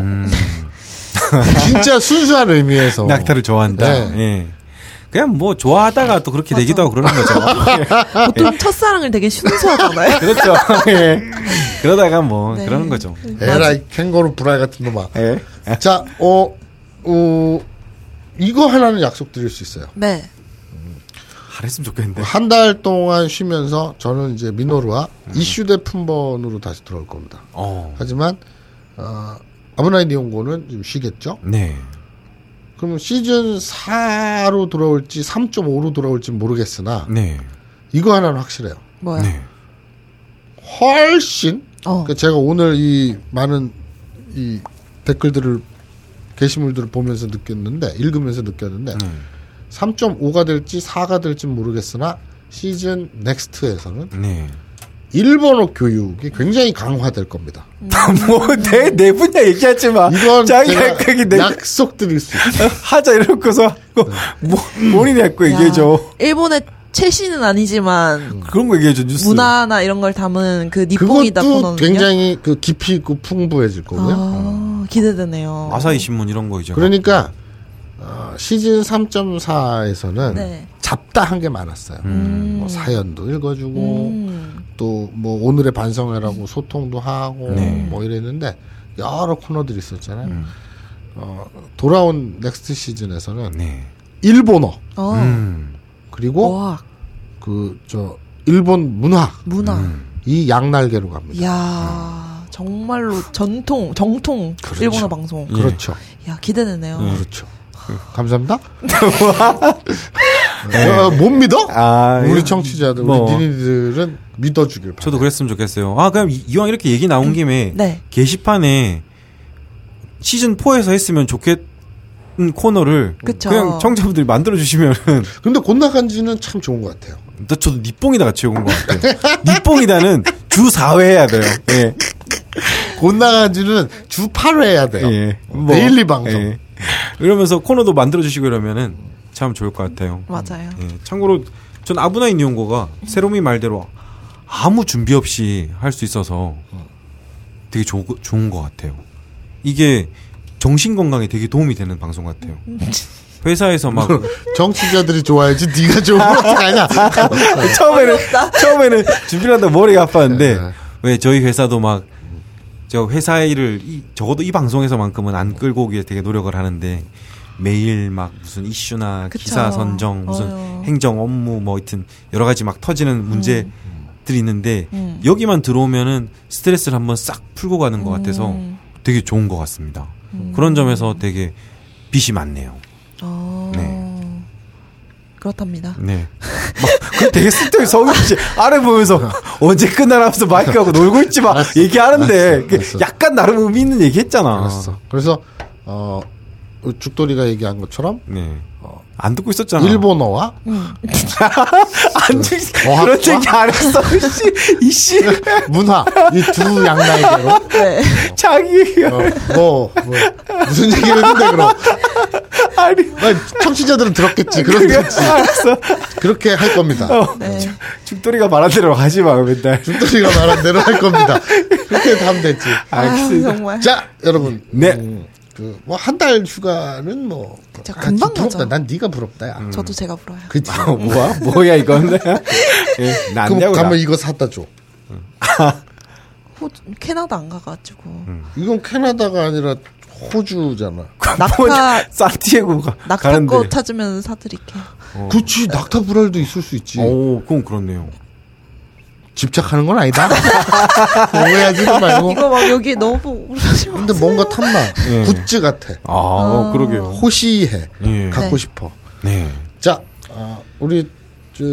진짜 순수한 의미에서 *laughs* *laughs* 낙타를 좋아한다. 네. 예. 그냥 뭐 좋아하다가 또 그렇게 되기도 하고 그러는 *laughs* 거죠. 보통 첫사랑을 *laughs* 되게 순수하잖아요. 그렇죠. 예. 그러다가 뭐 네. 그러는 거죠. 에라이 캥거루 불알 같은 놈아. 예. 자, 어, 어, 이거 하나는 약속드릴 수 있어요. 네. 안 했으면 좋겠는데. 한 달 동안 쉬면서 저는 이제 미노루와 이슈대 품번으로 다시 돌아올 겁니다. 어. 하지만 어, 아브나이 니온고는 좀 쉬겠죠. 네. 그러면 시즌 4로 돌아올지 3.5로 돌아올지 모르겠으나 네. 이거 하나는 확실해요. 뭐야? 네. 훨씬 어. 그 제가 오늘 이 많은 이 댓글들을 게시물들을 보면서 느꼈는데 읽으면서 느꼈는데 3.5가 될지 4가 될지 모르겠으나 시즌 넥스트에서는 네. 일본어 교육이 굉장히 강화될 겁니다. 뭐내 내네 분야 얘기하지 아, 마. 이건 자기 제가 할 거기 내 약속드릴 수 있어요. 하자 이러고서 뭐 본인이 할거 야, 얘기해줘. 일본의 최신은 아니지만 그런 거 얘기해줘 뉴스. 문화나 이런 걸 담은 그 니뽕이다 그것도 코너는요. 굉장히 그 깊이 있고 풍부해질 거고요. 아, 기대되네요. 음. 아사히 신문 이런 거 이제. 그러니까 어, 시즌 3.4에서는 네. 잡다한 게 많았어요. 뭐 사연도 읽어주고 또 뭐 오늘의 반성회라고 소통도 하고 뭐 이랬는데 여러 코너들이 있었잖아요. 어, 돌아온 넥스트 시즌에서는 네. 일본어 어, 음. 그리고 어학, 그 저 일본 문화 문화. 음. 이 양날개로 갑니다. 이야, 정말로 전통, 정통 일본어 방송. 음. 그렇죠. 야, 기대되네요. 그렇죠. 감사합니다. 어, 못 믿어? 아 우리 청취자들, 뭐. 우리 니네들은 믿어주길 바랍니다. 저도 그랬으면 좋겠어요. 아 그럼 이- 이왕 이렇게 얘기 나온 김에 네. 게시판에 시즌 4에서 했으면 좋겠는 코너를 그쵸. 냥 청자분들이 만들어 주시면은 근데 곧 나간 지는 참 좋은 것 같아요. 나 저도 니뽕이다 같이 온것 *laughs* 같아요. 니뽕이다는 주 4회 해야 돼요. 예. 곧 나간 지는 주 8회 해야 돼요. 어, 예. 뭐, 데일리 방송. 예. 이러면서 코너도 만들어 주시고 이러면은 참 좋을 것 같아요. 맞아요. 예. 참고로 전 아브나이 니온고가 세롬이 말대로 아무 준비 없이 할 수 있어서 되게 조, 좋은 것 같아요. 이게 정신 건강에 되게 도움이 되는 방송 같아요. 회사에서 막 정치자들이 좋아야지 네가 좋은 것 *laughs* 아니야. 어. 네. 처음에는 처음에는 준비를 한다 머리가 아팠는데 왜 저희 회사도 막 저 회사 일을 이, 적어도 이 방송에서만큼은 안 끌고 오기 에 되게 노력을 하는데 매일 막 무슨 이슈나 그쵸. 기사 선정 무슨 어휴. 음. 행정 업무 뭐 하여튼 여러 가지 막 터지는 문제들이 있는데 여기만 들어오면은 스트레스를 한번 싹 풀고 가는 것 같아서 음. 되게 좋은 것 같습니다. 그런 점에서 되게 빛이 많네요. 어, 그렇답니다. 네. 막, 그 되게 쓸데없이 성윤 씨 아래 보면서 언제 끝나라면서 마이크하고 놀고 있지 마 얘기하는데 알았어, 그 알았어. 약간 나름 의미 있는 얘기 했잖아. 알았어. 그래서 어, 죽돌이가 얘기한 것처럼 네. 안 듣고 있었잖아. 일본어와 *laughs* 음. 안 듣, 어학과? 어. 그런 얘기 안 했어. 씨, 이씨, 문화 이 두 양날개로 네. 자기. 어, 뭐, 뭐 무슨 얘기를 했는데 그럼 아니. 아니, 청취자들은 들었겠지. 그게 그렇겠지. 알았어. 그렇게 할 겁니다. 어. 네. 죽돌이가 말한 대로 하지 마, 맨날. 죽돌이가 말한 대로 할 겁니다. 그렇게 하면 됐지. 아, 알겠습니다. *laughs* 정말. 자, 여러분. 네. 그 뭐 한 달 휴가는 뭐 그쵸, 아, 금방 부럽다. 가죠. 난 네가 부럽다. 음. 야. 저도 제가 불어요. 그치. 어, 뭐야? 뭐야, 이건? *laughs* 예, 나안 그럼 되고. 나. *laughs* 가면 이거 사다 줘. 호, 캐나다 안 가가지고. 음. 이건 캐나다가 아니라 호주잖아. 낙타- 산티아고가 낙타 가는데. 거 찾으면 사드릴게요. 그치. 낙타 불알도 있을 수 있지. 오, 그건 그렇네요. 집착하는 건 아니다. *laughs* 오해하지도 어? 말고. 이거 막 여기 너무 오르시면 뭐, 근데 뭔가 탐나. 굿즈 같아. 아, 그러게요. 호시해. 예. 네. 갖고 싶어. 네. 자, 아, 우리 저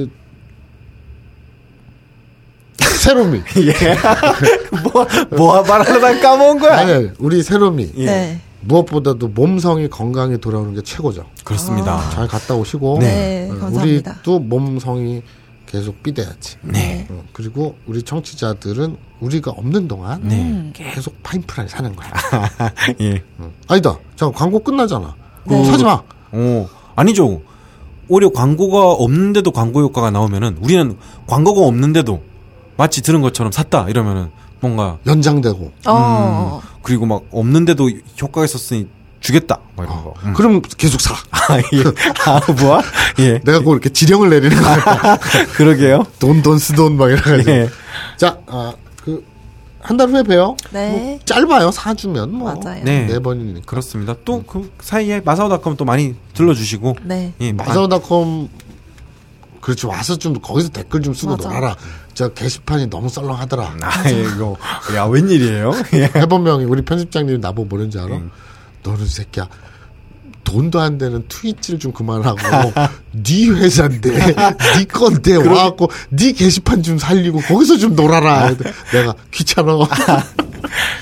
새로미. 뭐, *laughs* 뭐 말하다 까먹은 거야? 아니, 아니, 우리 새로미. 예. 네. 무엇보다도 몸성이 건강에 돌아오는 게 최고죠. 그렇습니다. 잘 갔다 오시고. 네, 어, 감사합니다. 우리도 몸성이 계속 삐대야지. 네. 어, 그리고 우리 청취자들은 우리가 없는 동안 네. 계속 파인프라를 사는 거야. *laughs* 예. 아니다. 자, 광고 끝나잖아. 네. 사지 마. 오, 어, 아니죠. 오히려 광고가 없는데도 광고 효과가 나오면은 우리는 광고가 없는데도 마치 들은 것처럼 샀다 이러면은 뭔가 연장되고. 어, 그리고 막 없는데도 효과가 있었으니 주겠다. 뭐 이런 거. 그럼 계속 사. *laughs* 아, 예. 아, 뭐야? 예. 내가 꼭 이렇게 지령을 *laughs* 내리는 거야. 그러게요. 돈돈 쓰돈 막 이래가지고. 예. 자, 아, 그, 한 달 후에 봬요. 네. 뭐 짧아요. 사주면 뭐. 맞아요. 네. 네 번이니까. 그렇습니다. 또 그 사이에 마사오닷컴 또 많이 들러주시고. 네. 예, 많이 마사오닷컴 아. 그렇지 그렇죠. 와서 좀 거기서 댓글 좀 쓰고 맞아. 놀아라. 저 게시판이 너무 썰렁하더라. 아, 이거 야 웬일이에요? 예. 해본명이 우리 편집장님이 나보고 뭐라는지 알아? 너는 이 새끼야. 돈도 안 되는 트위치를 좀 그만하고 *laughs* 네 회사인데 *laughs* 네 건데 와갖고 네 게시판 좀 살리고 거기서 좀 놀아라. 내가 귀찮아.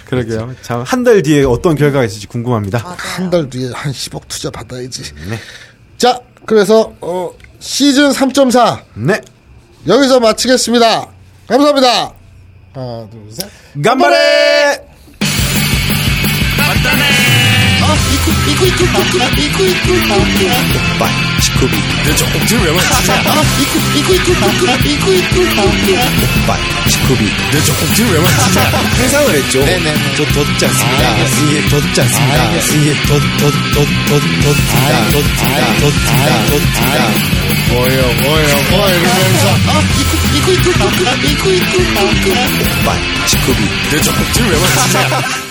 그러게요. 참 한 달 뒤에 어떤 결과가 있을지 궁금합니다. 한 달 뒤에 한 10억 투자 받아야지. 자, 그래서 어, 시즌 3.4 네. 여기서 마치겠습니다. 감사합니다. 하나, 둘, 셋. 간발에 회상을 했죠. 네네. 저 덧지 않습니다. 이게 덧지 않습니다. 이게 덧덧덧덧덧덧다. 덧다. 덧다. 덧다. 뭐예요, 뭐예요, 뭐 이러면서. 빨 지코비. 내 적국들 왜 맞추냐?